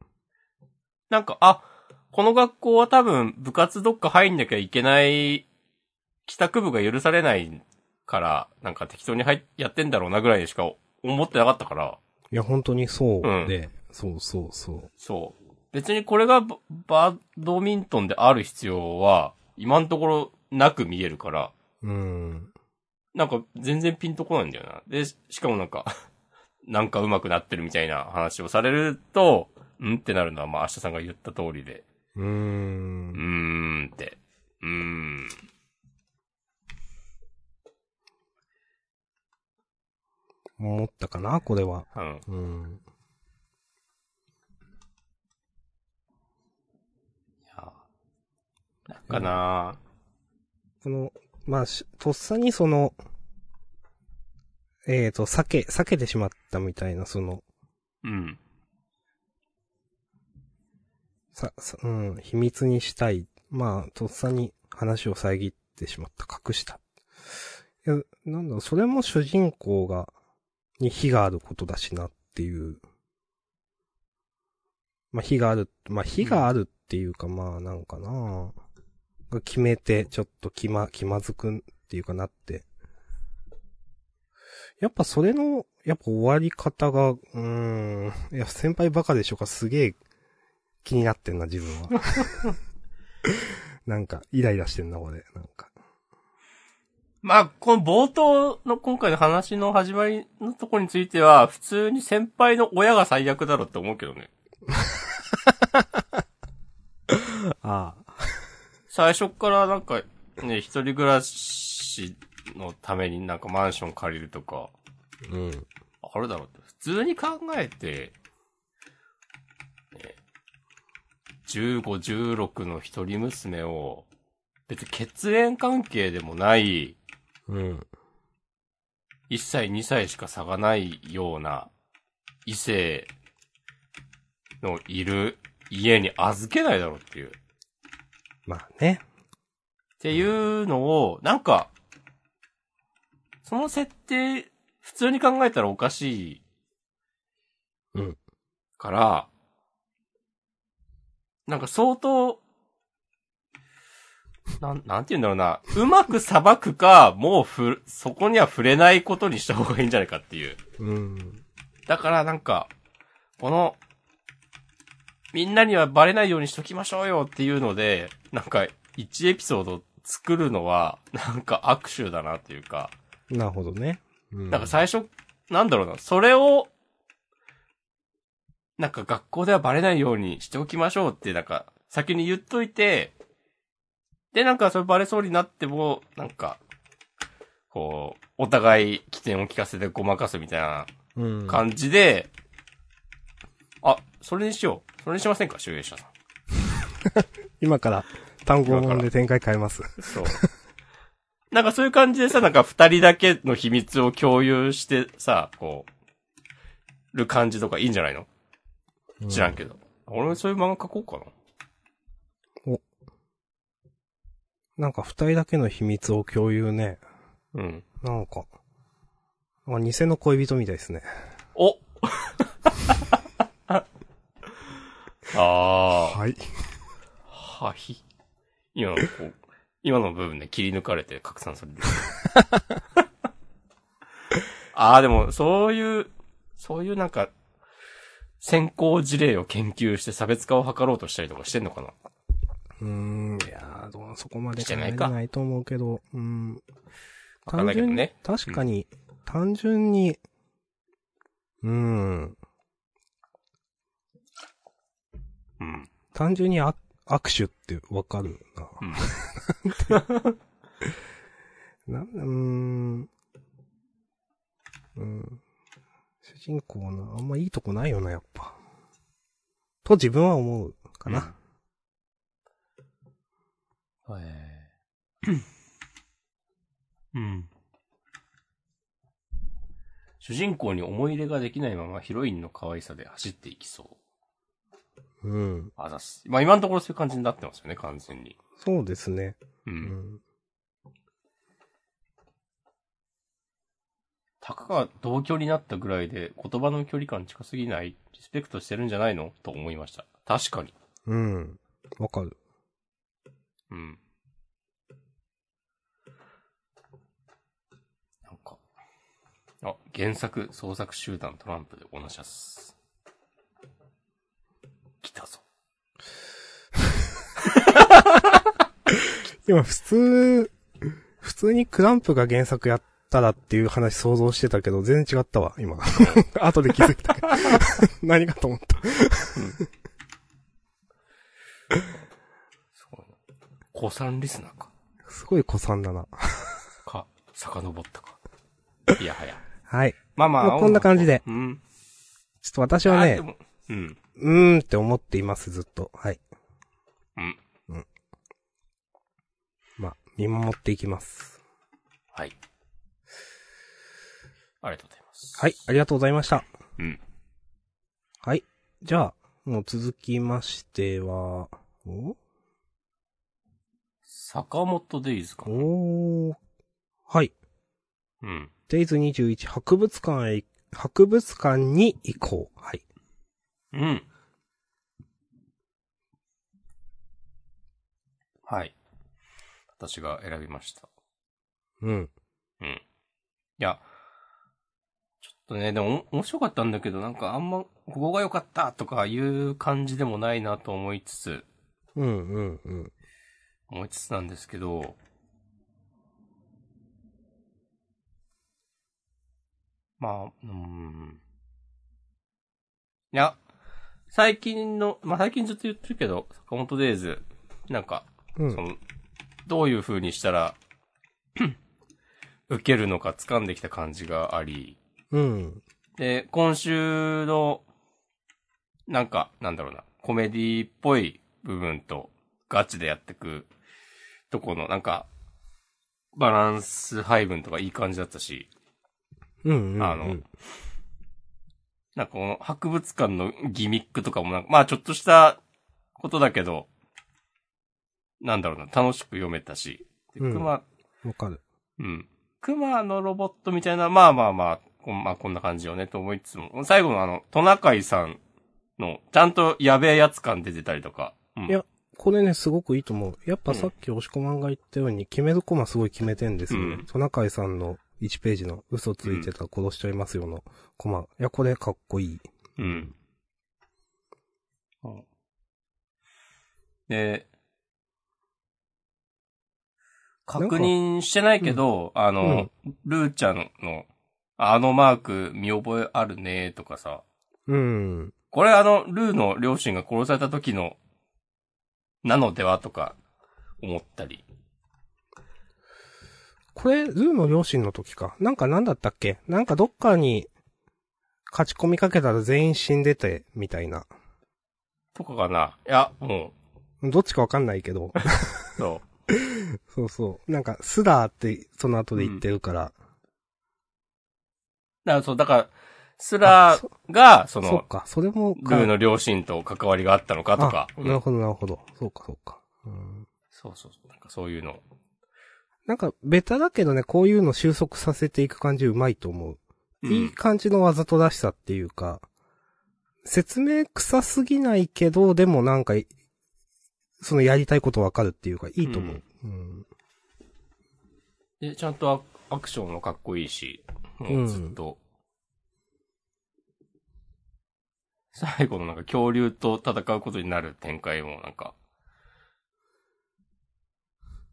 Speaker 1: なんか、あ、この学校は多分部活どっか入んなきゃいけない、帰宅部が許されないから、なんか適当に入っやってんだろうなぐらいでしか思ってなかったから、
Speaker 2: いや、本当にそうで、そうそうそう。
Speaker 1: そう。別にこれがババドミントンである必要は、今のところなく見えるから、
Speaker 2: うん。
Speaker 1: なんか全然ピンとこないんだよな。で、ししかもなんか、 [LAUGHS] なんか上手くなってるみたいな話をされると、うんってなるのは、まあ、明日さんが言った通りで、
Speaker 2: うーん
Speaker 1: うー。んって、うーん。
Speaker 2: 思ったかな、これは。
Speaker 1: うん。
Speaker 2: うん。
Speaker 1: いやかな
Speaker 2: その、まあ、しとっさにその、えっ、と、避け、避けてしまったみたいな、その、
Speaker 1: うん。
Speaker 2: さ、さうん、秘密にしたい。まあ、とっさに話を遮ってしまった、隠した。いや、なんだろう、それも主人公が、に非があることだしなっていう。まあ、非がある、まあ、非があるっていうか、まあ、なんかなが決めて、ちょっと気ま、気まずくんっていうかなって。やっぱそれの、やっぱ終わり方が、うーん、いや、先輩バカでしょか、すげえ気になってんな、自分は。 [LAUGHS] なんか、イライラしてんな、これ。なんか。
Speaker 1: まあ、この冒頭の今回の話の始まりのとこについては、普通に先輩の親が最悪だろって思うけどね。
Speaker 2: ああ。
Speaker 1: 最初っからなんか、ね、一人暮らしのためになんかマンション借りるとか、
Speaker 2: うん。
Speaker 1: あれだろうって、普通に考えて、ね15、16の一人娘を、別に血縁関係でもない、
Speaker 2: うん。
Speaker 1: 1歳、2歳しか差がないような、異性のいる家に預けないだろうっていう。
Speaker 2: まあね。
Speaker 1: っていうのを、なんか、その設定、普通に考えたらおかしい
Speaker 2: うん。
Speaker 1: から、なんか相当、なん、なんて言うんだろうな、うまく裁くか、もうふ、そこには触れないことにした方がいいんじゃないかっていう。
Speaker 2: うん。
Speaker 1: だからなんか、この、みんなにはバレないようにしときましょうよっていうので、なんか、1エピソード作るのは、なんか握手だなっていうか、
Speaker 2: なるほどね。うん
Speaker 1: なんか最初、なんだろうな、それを、なんか学校ではバレないようにしておきましょうって、なんか、先に言っといて、で、なんかそれバレそうになっても、なんか、こう、お互い起点を聞かせてごまかすみたいな
Speaker 2: うん。
Speaker 1: 感じで、あ、それにしよう。それにしませんか、集英者さ
Speaker 2: 今から、単語本で展開変えます。
Speaker 1: ん。そう。 [LAUGHS] なんかそういう感じでさ、なんか二人だけの秘密を共有してさ、こう、る感じとかいいんじゃないの知らんけど。俺もそういう漫画書こうかな。
Speaker 2: なんか二人だけの秘密を共有ね。
Speaker 1: うん。
Speaker 2: なんか。あ、偽の恋人みたいですね。
Speaker 1: [LAUGHS] おあ
Speaker 2: はい。
Speaker 1: あ、はひ。今の、こう、 [LAUGHS] 今の部分で切り抜かれて拡散される。 [LAUGHS] ああ、でも、そういう、そういうなんか、先行事例を研究して差別化を図ろうとしたりとかしてんのかな
Speaker 2: うーん。いやーどうそこまで考え
Speaker 1: しててないか
Speaker 2: ないと思うけど、うん。
Speaker 1: わかんないけどね。
Speaker 2: 単純確かに、単純に、うん。
Speaker 1: うん。
Speaker 2: 単純にあ握手ってわかるな。
Speaker 1: うん
Speaker 2: [LAUGHS] なんうーん。うん。主人公な、あんまいいとこないよな、やっぱ。と自分は思うかな。
Speaker 1: うん。へえ。うん。主人公に思い入れができないままヒロインの可愛さで走っていきそう。
Speaker 2: うん。
Speaker 1: あざっす。まあ今のところそういう感じになってますよね、完全に。
Speaker 2: そうですね。
Speaker 1: う。
Speaker 2: うんん。
Speaker 1: たかが同居になったぐらいで言葉の距離感近すぎないリスペクトしてるんじゃないのと思いました。確かに。
Speaker 2: うん。わかる。
Speaker 1: うん。なんか。あ、原作創作集団トランプでおなしゃっす。来たぞ。
Speaker 2: 今、普通、普通にクランプが原作やったらっていう話想像してたけど、全然違ったわ、今。 [LAUGHS] 後で気づいたけ [LAUGHS] ど。何かと思った。
Speaker 1: すごいな。子さんリスナーか。
Speaker 2: すごい子さんだな。
Speaker 1: か、遡ったか。いやはや。
Speaker 2: はい。
Speaker 1: まあま
Speaker 2: まあこんな感じで。
Speaker 1: うん。
Speaker 2: ちょっと私は
Speaker 1: あでも
Speaker 2: ね、
Speaker 1: うん。
Speaker 2: うーんって思っています、ずっと。はい。
Speaker 1: うん。
Speaker 2: 見守っていきます。
Speaker 1: はい。ありがとうございます。
Speaker 2: はい、ありがとうございました。
Speaker 1: うん。
Speaker 2: はい。じゃあ、もう続きましては、お
Speaker 1: 坂本デイズかな。
Speaker 2: おーはい。
Speaker 1: うん。
Speaker 2: デイズ21博物館へ、博物館に行こう。はい。
Speaker 1: うん。はい。私が選びました。
Speaker 2: うん。
Speaker 1: うん。いや、ちょっとね、でもお面白かったんだけど、なんかあんま、ここが良かったとかいう感じでもないなと思いつつ、
Speaker 2: うんうんうん。
Speaker 1: 思いつつなんですけど、まあ、うーん。いや、最近の、まあ最近ずっと言ってるけど、坂本デイズ、なんか、
Speaker 2: う
Speaker 1: そ
Speaker 2: ん。
Speaker 1: の、どういう風にしたら、 [CLEARS THROAT] 受けるのか掴んできた感じがあり、
Speaker 2: うん。
Speaker 1: で、今週の、なんか、なんだろうな、コメディっぽい部分と、ガチでやってく、とこの、なんか、バランス配分とかいい感じだったし、
Speaker 2: うんうん。
Speaker 1: あの、なんかこの博物館のギミックとかもなんか、まあちょっとしたことだけど、なんだろうな、楽しく読めたし、で
Speaker 2: うん
Speaker 1: 熊、
Speaker 2: わかる。
Speaker 1: うん。熊のロボットみたいな、まあまあまあ、こんまあこんな感じよねと思いつつも、最後のあの、トナカイさんの、ちゃんとやべえやつ感出てたりとか。うん、
Speaker 2: いやこれね、すごくいいと思う。やっぱさっき押し込まんが言ったように、決めるコマすごい決めてんですよ
Speaker 1: う
Speaker 2: ね
Speaker 1: ん。
Speaker 2: トナカイさんの1ページの嘘ついてたら殺しちゃいますよのコマ。いや、これかっこいい。
Speaker 1: うん。うんで、
Speaker 2: んか
Speaker 1: 確認してないけど、あの、ルーちゃんの、あのマーク見覚えあるねとかさ、
Speaker 2: うん。
Speaker 1: これあの、ルーの両親が殺された時の、なのではとか、思ったり。
Speaker 2: これ、ルーの両親の時か。なんかなんだったっけなんかどっかに、勝ち込みかけたら全員死んでて、みたいな。
Speaker 1: とかかな。いや、も
Speaker 2: どっちかわかんないけど。
Speaker 1: う、そ
Speaker 2: そうそう。なんか、スラーって、その後で言ってるから。
Speaker 1: う。だから、そう、だから、ス
Speaker 2: あ
Speaker 1: ラ
Speaker 2: そ
Speaker 1: が、そ
Speaker 2: そ
Speaker 1: の
Speaker 2: っ、か、それもか、
Speaker 1: ルーの両親と関わりがあったのかとか。
Speaker 2: あ
Speaker 1: うん
Speaker 2: なるほど、なるほど。そうか、そうか。うん
Speaker 1: そうそうそう。なんかそういうの。
Speaker 2: なんか、ベタだけどね、こういうの収束させていく感じうまいと思う。
Speaker 1: うん
Speaker 2: いい感じのわざとらしさっていうか、説明臭すぎないけど、でもなんか、そのやりたいことわかるっていうか、いいと思う。うん。
Speaker 1: で、ちゃんとアアクションもかっこいいし、
Speaker 2: う
Speaker 1: も
Speaker 2: ん
Speaker 1: うずっと。最後のなんか恐竜と戦うことになる展開もなんか、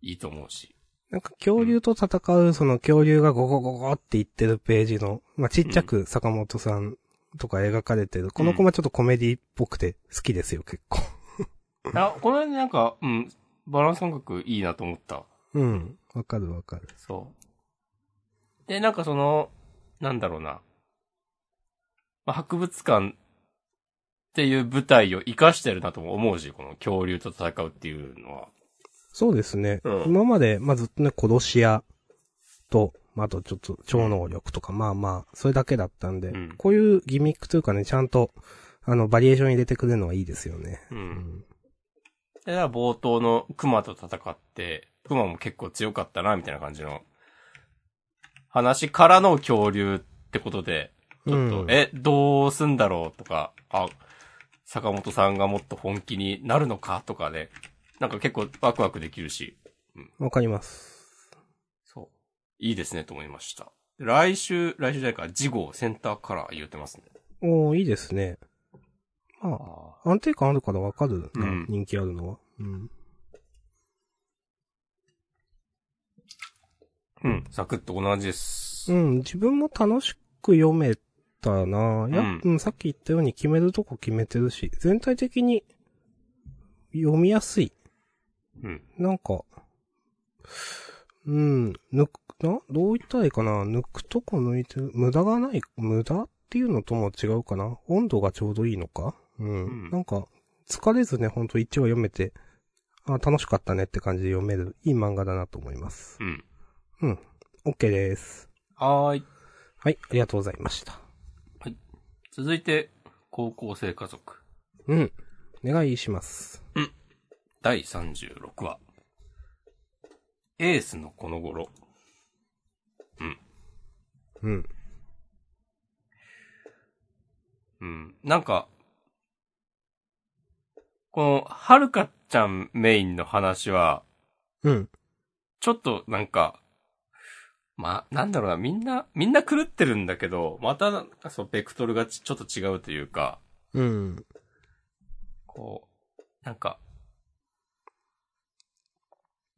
Speaker 1: いいと思うし。
Speaker 2: なんか、恐竜と戦う、その恐竜がゴゴゴゴって言ってるページの、まあ、ちっちゃく坂本さんとか描かれてる、このコマちょっとコメディっぽくて好きですよ、結構。
Speaker 1: あ、この辺なんか、うん、バランス感覚いいなと思った。
Speaker 2: うん。わかるわかる。
Speaker 1: そう。で、なんかその、なんだろうな。まあ、博物館っていう舞台を活かしてるなとも思うし、この恐竜と戦うっていうのは。
Speaker 2: そうですね。
Speaker 1: うん
Speaker 2: 今まで、まあ、ずっとね、殺し屋と、まあ、あとちょっと超能力とか、まあまあ、それだけだったんで、
Speaker 1: うん
Speaker 2: こういうギミックというかね、ちゃんと、あの、バリエーション入れてくれるのはいいですよね。
Speaker 1: う。
Speaker 2: うんん。
Speaker 1: で、だから冒頭の熊と戦って、熊も結構強かったな、みたいな感じの話からの恐竜ってことで、ちょっと、
Speaker 2: うん
Speaker 1: え、どうすんだろうとか、あ、坂本さんがもっと本気になるのかとかで、なんか結構ワクワクできるし、
Speaker 2: わかります。
Speaker 1: そう。いいですね、と思いました。で来週、来週じゃないか、次号センターカラー言ってますね。
Speaker 2: おー、いいですね。まあ、
Speaker 1: あ
Speaker 2: 安定感あるからわかる
Speaker 1: う
Speaker 2: な、
Speaker 1: ん
Speaker 2: 人気あるのは。うん。
Speaker 1: うん、サクッと同じです。
Speaker 2: うん、自分も楽しく読めたなや、
Speaker 1: うん
Speaker 2: うん、さっき言ったように決めるとこ決めてるし、全体的に読みやすい。
Speaker 1: うん。
Speaker 2: なんか、うん、抜く、な、どう言ったらいいかな抜くとこ抜いてる。無駄がない、無駄っていうのとも違うかな温度がちょうどいいのかうん。
Speaker 1: うん
Speaker 2: なんか、疲れずね、ほんと一話読めて、あ楽しかったねって感じで読める、いい漫画だなと思います。
Speaker 1: うん。
Speaker 2: うん。OK です。
Speaker 1: はーい。
Speaker 2: はい、ありがとうございました。
Speaker 1: 続いて、高校生家族。
Speaker 2: うん。お願いします。
Speaker 1: 第36話。エースのこの頃。
Speaker 2: うん。
Speaker 1: うん。なんか、この、はるかちゃんメインの話は、
Speaker 2: うん。
Speaker 1: ちょっとなんか、まあ、なんだろうな、みんな、みんな狂ってるんだけど、またなんかそう、ベクトルがちちょっと違うというか、
Speaker 2: うん。
Speaker 1: こう、なんか、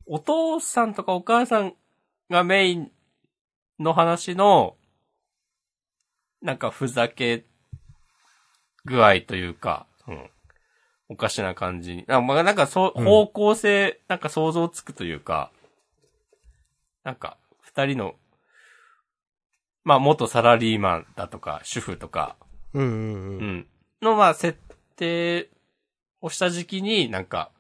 Speaker 1: お父さんとかお母さんがメインの話の、なんかふざけ具合というか、うん、おかしな感じに。あまあ、なんかそう、
Speaker 2: うん
Speaker 1: 方向性、なんか想像つくというか、なんか、二人の、まあ、元サラリーマンだとか、主婦とか、
Speaker 2: うんうん
Speaker 1: う
Speaker 2: うん。
Speaker 1: ん。の、まあ、設定をした時期に、なんか、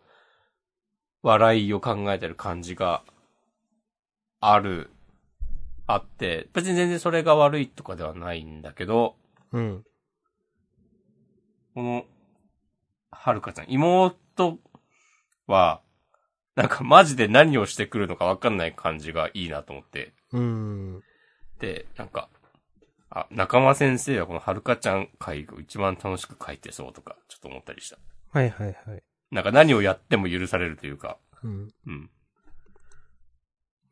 Speaker 1: 笑いを考えてる感じが、ある、あって、別に全然それが悪いとかではないんだけど、
Speaker 2: うん。
Speaker 1: この、はるかちゃん、妹は、なんかマジで何をしてくるのかわかんない感じがいいなと思って。
Speaker 2: うん。
Speaker 1: で、なんか、あ、仲間先生はこのはるかちゃん会を一番楽しく書いてそうとか、ちょっと思ったりした。
Speaker 2: はいはいはい。
Speaker 1: なんか何をやっても許されるというか。
Speaker 2: うん。
Speaker 1: うん。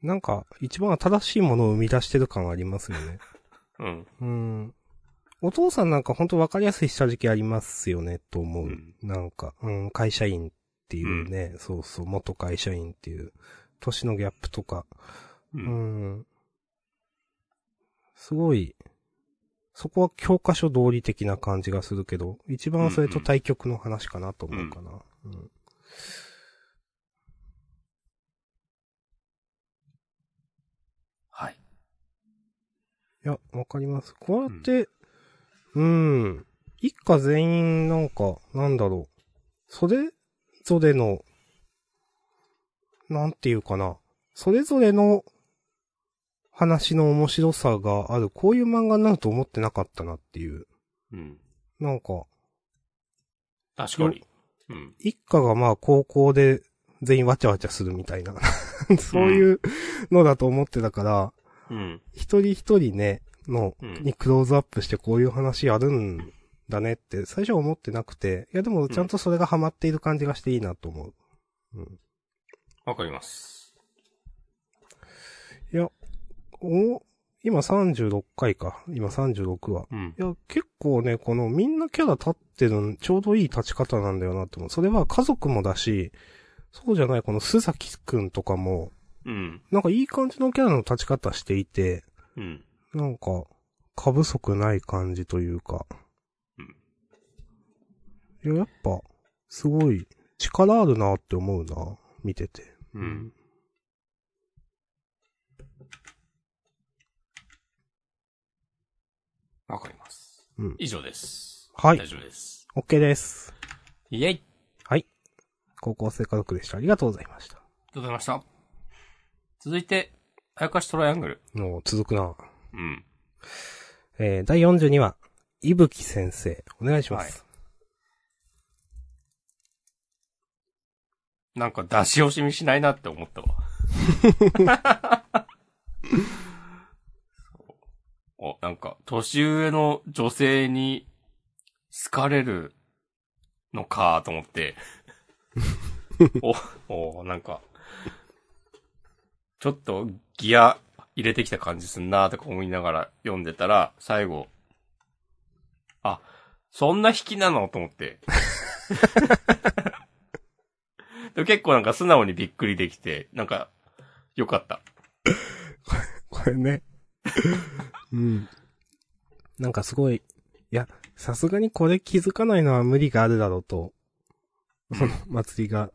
Speaker 2: なんか、一番新しいものを生み出してる感ありますよね。 [LAUGHS]
Speaker 1: うん。
Speaker 2: うん。お父さんなんかほんと分かりやすい下敷きありますよね、と思う。
Speaker 1: うん
Speaker 2: なんか、うん、会社員っていうね、そうそう、元会社員っていう、年のギャップとか、
Speaker 1: う。
Speaker 2: うんん。すごい、そこは教科書通り的な感じがするけど、一番それと対局の話かなと思うかな。うん
Speaker 1: はい。
Speaker 2: いや、わかります。こうやって、うん、ん、一家全員なんか、なんだろう。それぞれの、なんていうかな。それぞれの話の面白さがある。こういう漫画になると思ってなかったなっていう。
Speaker 1: うん。
Speaker 2: なんか、
Speaker 1: 確かに。うん。
Speaker 2: 一家がまあ高校で全員わちゃわちゃするみたいな。そういうのだと思ってたから、
Speaker 1: うん。
Speaker 2: 一人一人ね、の、
Speaker 1: うん
Speaker 2: にクローズアップしてこういう話やるんだねって、最初は思ってなくて、いやでもちゃんとそれがハマっている感じがしていいなと思う。うん。
Speaker 1: わかります。
Speaker 2: いや、お、今36回か。今36話。
Speaker 1: うん
Speaker 2: い。や、結構ね、このみんなキャラ立ってるん、ちょうどいい立ち方なんだよなって思う。それは家族もだし、そうじゃない、この須崎くんとかも、
Speaker 1: うん。
Speaker 2: なんかいい感じのキャラの立ち方していて、
Speaker 1: うん。
Speaker 2: なんか、過不足ない感じというか。いや、やっぱ、すごい、力あるなって思うな、見てて。
Speaker 1: うん。わかります。
Speaker 2: うん。
Speaker 1: 以上です。
Speaker 2: はい
Speaker 1: 大丈夫です。
Speaker 2: OK です。
Speaker 1: イェイありが
Speaker 2: 高校生家族でした。ありがとうございました。
Speaker 1: とうございました。続いて、あやかしトライアングル。
Speaker 2: もう、続くな。
Speaker 1: うん。
Speaker 2: えー、第42話、いぶき先生、お願いします。
Speaker 1: なんか出し惜しみしないなって思ったわ。そうお、なんか、年上の女性に好かれるのかと思って。お、お、なんか、ちょっとギア入れてきた感じすんなとか思いながら読んでたら、最後、あ、そんな引きなのと思って。でも結構なんか素直にびっくりできて、なんか、よかった。
Speaker 2: これね。うん。なんかすごい、いや、さすがにこれ気づかないのは無理があるだろうと、 [LAUGHS] その、祭りが、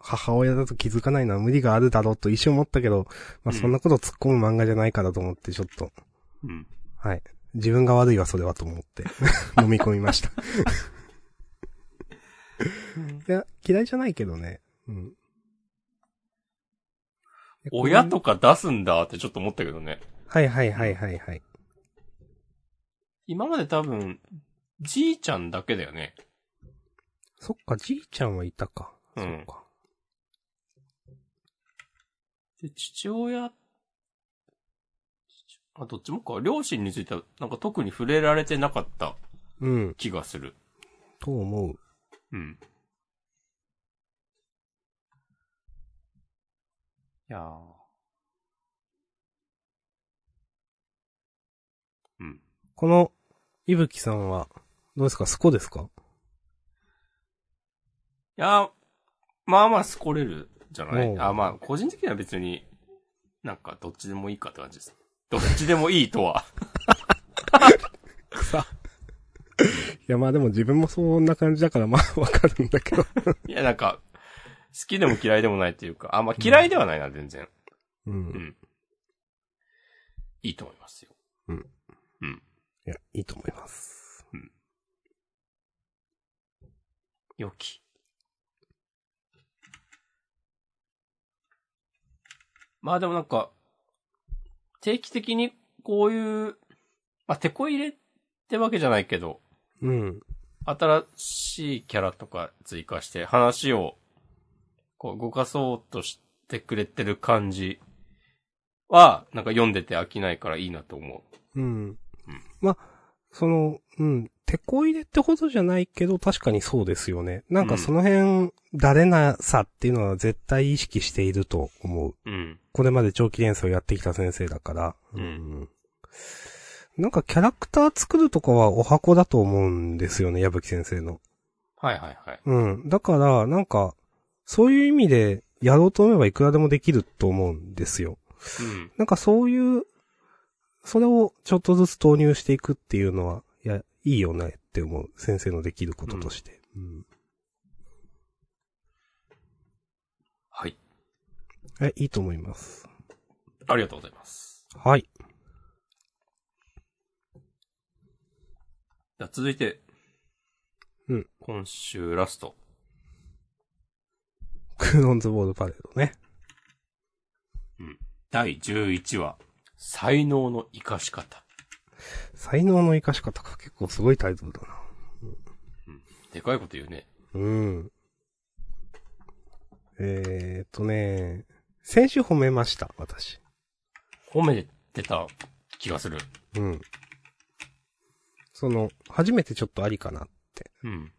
Speaker 2: 母親だと気づかないのは無理があるだろうと一瞬思ったけど、
Speaker 1: う
Speaker 2: まあ、
Speaker 1: ん
Speaker 2: そんなこと突っ込む漫画じゃないからと思って、ちょっと、
Speaker 1: うん。
Speaker 2: はい。自分が悪いわ、それはと思って、 [LAUGHS] 飲み込み
Speaker 1: [LAUGHS]
Speaker 2: ました。いや、嫌いじゃないけどね。うん。
Speaker 1: 親とか出すんだってちょっと思ったけどね。
Speaker 2: はいはいはいはいはい。
Speaker 1: 今まで多分、じいちゃんだけだよね。
Speaker 2: そっか、じいちゃんはいたか。
Speaker 1: うん
Speaker 2: そっか。
Speaker 1: で、父親、父あ、どっちもか。両親については、なんか特に触れられてなかった
Speaker 2: うん、
Speaker 1: 気がする。
Speaker 2: と思う。
Speaker 1: うん。いやーうん。
Speaker 2: この、いぶきさんは、どうですかスコですか
Speaker 1: いやーまあまあ、すこれるじゃな
Speaker 2: お
Speaker 1: いうあ、まあ、個人的には別に、なんか、どっちでもいいかって感じです。どっちでもいいとは。 [LAUGHS]
Speaker 2: 草。いや、まあでも自分もそんな感じだから、まあわ [LAUGHS] かるんだけど。
Speaker 1: いや、なんか、好きでも嫌いでもないっていうか、あ、まあ嫌いではないな、全然。
Speaker 2: う。
Speaker 1: うんん。いいと思いますよ。
Speaker 2: いや、いいと思います。
Speaker 1: 良き。まあでもなんか、定期的にこういう、まあ、手こ入れってわけじゃないけど、
Speaker 2: うん。
Speaker 1: 新しいキャラとか追加して話をこう動かそうとしてくれてる感じは、なんか読んでて飽きないからいいなと思う。
Speaker 2: うん。まあ、その、うん、手こ入れってほどじゃないけど、確かにそうですよね。なんかその辺、だれなさっていうのは絶対意識していると思う。
Speaker 1: うん。
Speaker 2: これまで長期連載をやってきた先生だから。
Speaker 1: うん
Speaker 2: ん。なんかキャラクター作るとかはお箱だと思うんですよね、矢吹先生の。
Speaker 1: はいはいはい。
Speaker 2: うん。だから、なんか、そういう意味で、やろうと思えばいくらでもできると思うんですよ。
Speaker 1: うん。
Speaker 2: なんかそういう、それをちょっとずつ投入していくっていうのは、いや、いいよねって思う。先生のできることとして。うん。
Speaker 1: はい。
Speaker 2: え、いいと思います。
Speaker 1: ありがとうございます。
Speaker 2: はい。 [LAUGHS]
Speaker 1: じゃあ続いて。
Speaker 2: うん。
Speaker 1: 今週ラスト。
Speaker 2: クーロンズボールパレードね。
Speaker 1: 第11話。才能の活かし方。
Speaker 2: 才能の活かし方か結構すごいタイトルだな。
Speaker 1: でかいこと言うね。
Speaker 2: うん。えーっとね、先週褒めました、私。
Speaker 1: 褒めてた気がする。
Speaker 2: うん。その、初めてちょっとありかな。
Speaker 1: うん。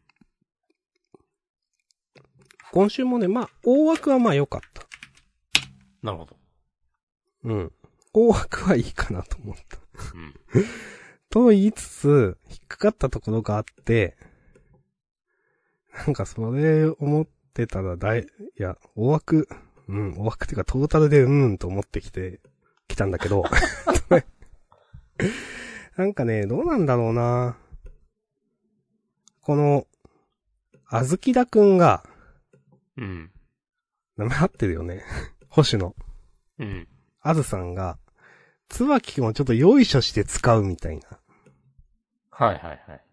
Speaker 2: 今週もね、まあ、大枠はまあ良かった。
Speaker 1: なるほど。
Speaker 2: うん。大枠はいいかなと思った。
Speaker 1: うん。
Speaker 2: と言いつつ、引っかかったところがあって、なんかそれ思ってたらだい、いや、大枠、うん、大枠っていうかトータルでうんと思ってきて、きたんだけど、 [LAUGHS] なんかね、どうなんだろうなこの、あずきだくんが、
Speaker 1: うん。
Speaker 2: 名前合ってるよね。 [LAUGHS] 星野。
Speaker 1: うん。
Speaker 2: あずさんが、つばきくんをちょっとよいしょして使うみたいな
Speaker 1: はいはいはい。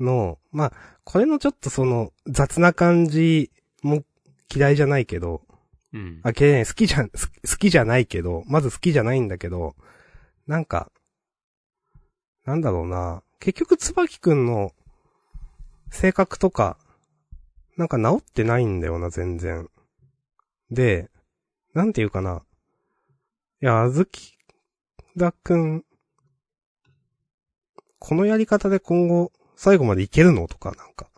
Speaker 2: の、まあ、これのちょっとその雑な感じも嫌いじゃないけど、
Speaker 1: うん。
Speaker 2: あ、嫌いじゃない好きじゃん、好き好きじゃないけど、まず好きじゃないんだけど、なんか、なんだろうな、結局つばきくんの性格とか、なんか治ってないんだよな、全然。で、なんていうかな。いや、あずきだくん、このやり方で今後、最後までいけるのとか、なんか。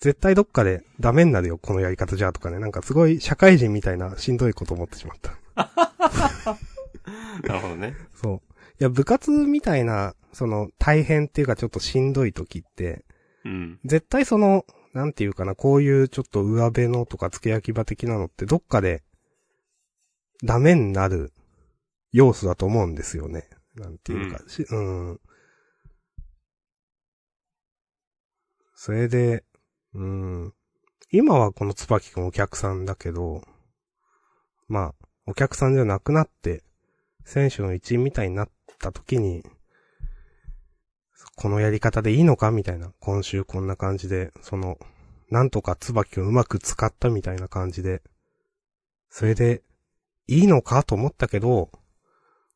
Speaker 2: 絶対どっかでダメになるよ、このやり方じゃ、とかね。なんかすごい社会人みたいなしんどいこと思ってしまった。
Speaker 1: [LAUGHS] なるほどね。
Speaker 2: そう。いや、部活みたいな、その、大変っていうかちょっとしんどい時って、
Speaker 1: うん。
Speaker 2: 絶対その、なんていうかな、こういうちょっと上辺のとか付け焼き場的なのってどっかで、ダメになる要素だと思うんですよね。なんていうか、しうん。それで、うん。今はこの椿くんお客さんだけど、まあ、お客さんじゃなくなって、選手の一員みたいになった時に、このやり方でいいのかみたいな。今週こんな感じで、その、なんとか椿をうまく使ったみたいな感じで、それで、いいのかと思ったけど、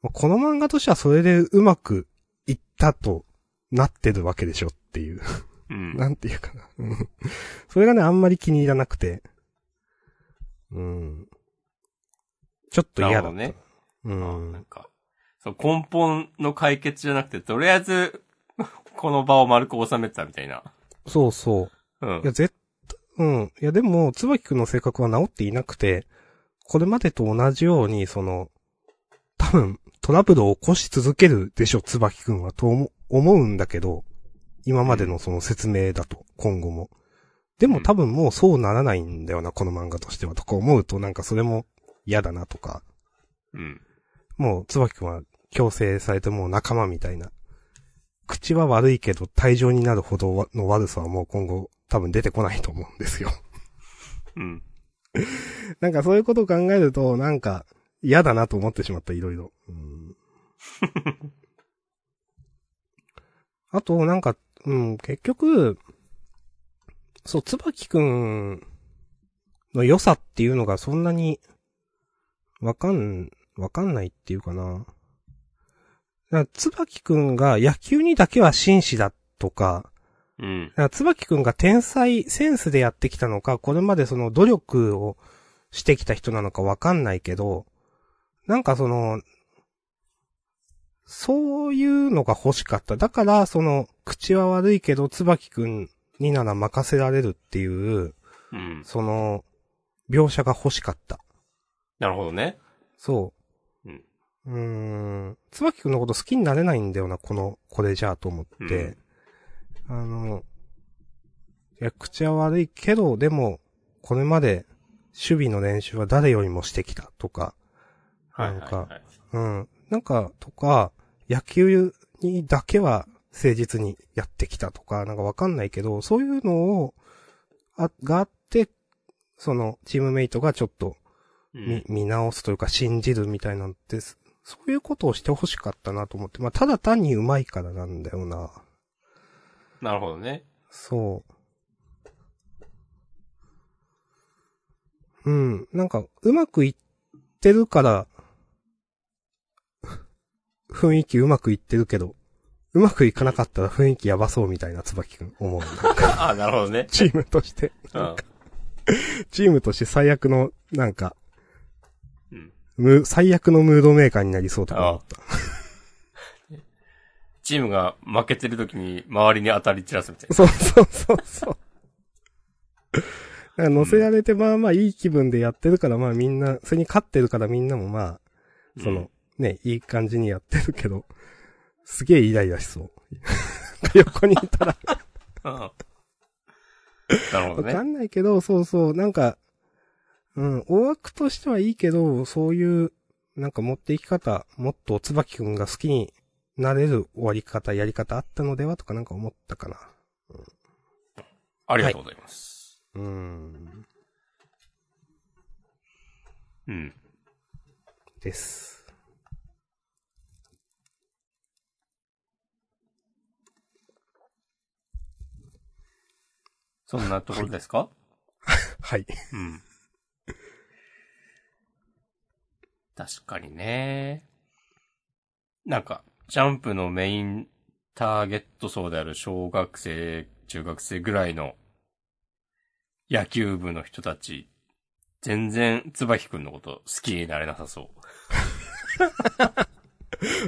Speaker 2: まあこの漫画としてはそれでうまくいったとなってるわけでしょっていう。 [LAUGHS]
Speaker 1: うん。
Speaker 2: なんていうかな。 [LAUGHS] うんそれがね、あんまり気に入らなくて。うん。ちょっと嫌だった。
Speaker 1: なる
Speaker 2: う
Speaker 1: ほどね。なん
Speaker 2: ん。
Speaker 1: か、そう、根本の解決じゃなくて、とりあえず、 [LAUGHS] この場を丸く収めてたみたいな。
Speaker 2: そうそ
Speaker 1: う
Speaker 2: う。いや、
Speaker 1: ん。
Speaker 2: 絶対、うん。いや、でも、つばきくんの性格は治っていなくて、これまでと同じように、その、多分、トラブルを起こし続けるでしょ、つばきくんは、と思思うんだけど、今までのその説明だと、今後も。で
Speaker 1: う
Speaker 2: も
Speaker 1: ん
Speaker 2: 多分もうそうならないんだよな、この漫画としては、とか思うと、なんかそれも嫌だなとか、
Speaker 1: うん。
Speaker 2: もう、つばきくんは強制されてもう仲間みたいな。口は悪いけど、退場になるほどの悪さはもう今後、多分出てこないと思うんですよ。
Speaker 1: うん。
Speaker 2: [LAUGHS] なんかそういうことを考えると、なんか、嫌だなと思ってしまった、いろいろ。うんあと、なんか、うん、結局、そう、つばきくんの良さっていうのがそんなに、わかん、わかんないっていうかな。だからつばきくんが野球にだけは紳士だとか、
Speaker 1: うん
Speaker 2: だ。から、つばきくんが天才センスでやってきたのか、これまでその努力をしてきた人なのかわかんないけど、なんかその、そういうのが欲しかった。だから、その、口は悪いけど、つばきくんになら任せられるっていう、
Speaker 1: うん。
Speaker 2: その、描写が欲しかった。
Speaker 1: なるほどね。
Speaker 2: そう。
Speaker 1: うん。
Speaker 2: うーん。つばきくんのこと好きになれないんだよな、この、これじゃあと思って。あの、いや、口は悪いけど、でも、これまで、守備の練習は誰よりもしてきたとか、
Speaker 1: はいはい
Speaker 2: なんか
Speaker 1: はい。
Speaker 2: うん。なんか、とか、野球にだけは誠実にやってきたとか、なんかわかんないけど、そういうのを、あ、があって、その、チームメイトがちょっと、
Speaker 1: う
Speaker 2: 見
Speaker 1: ん、
Speaker 2: 見直すというか信じるみたいなんて、そそういうことをしてほしかったなと思って、まあ、ただ単に上手いからなんだよな。
Speaker 1: なるほどね。 [LAUGHS]
Speaker 2: そう。うん。なんか、うまくいってるから、雰囲気うまくいってるけど、うまくいかなかったら雰囲気やばそうみたいな椿くん思う。
Speaker 1: [LAUGHS]
Speaker 2: なんか
Speaker 1: あ、なるほどね。
Speaker 2: チームとして、
Speaker 1: うん。
Speaker 2: チームとして最悪の、なんか、
Speaker 1: うん。
Speaker 2: む最悪のムードメーカーになりそうとか思った。
Speaker 1: チームが負けてる時に周りに当たり散らすみたいな。
Speaker 2: [LAUGHS] そうそうそうそう。だから乗せられて、まあまあいい気分でやってるから、まあみんな、それに勝ってるからみんなもまあ、その、ね、いい感じにやってるけど、すげえイライラしそう。 [LAUGHS] 横にいたら、
Speaker 1: うん。うん。なるほ
Speaker 2: わ [LAUGHS]
Speaker 1: ど
Speaker 2: か
Speaker 1: ね。
Speaker 2: んないけど、そうそう、なんか、うん、大枠としてはいいけど、そういう、なんか持っていき方、もっと椿くんが好きになれる終わり方、やり方あったのではとかなんか思ったかな。
Speaker 1: ありがとうございます。
Speaker 2: うん、
Speaker 1: うん。
Speaker 2: です。
Speaker 1: そんなところですか
Speaker 2: はい。
Speaker 1: うん。確かにね。なんか、ジャンプのメインターゲット層である小学生、中学生ぐらいの野球部の人たち、全然、つばきくんのこと好きになれなさそ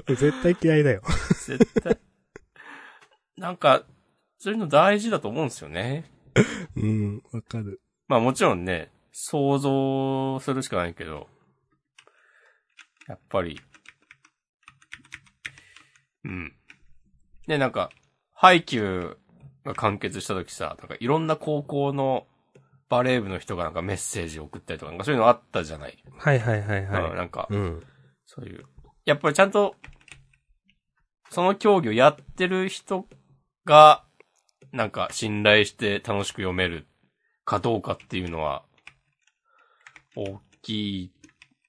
Speaker 1: う。
Speaker 2: 絶対嫌いだよ。
Speaker 1: 絶 [LAUGHS] 対。なんか、そういうの大事だと思うんですよね。
Speaker 2: [LAUGHS] うん、わかる。
Speaker 1: まあもちろんね、想像するしかないけど、やっぱり、うん。ね、なんか、ハイキューが完結した時さ、なんかいろんな高校のバレー部の人がなんかメッセージを送ったりとか、なんかそういうのあったじゃない、
Speaker 2: はいはいはい
Speaker 1: うん
Speaker 2: は
Speaker 1: なんか
Speaker 2: い。、うん。
Speaker 1: そういう。やっぱりちゃんと、その競技をやってる人が、なんか信頼して楽しく読めるかどうかっていうのは、大きい、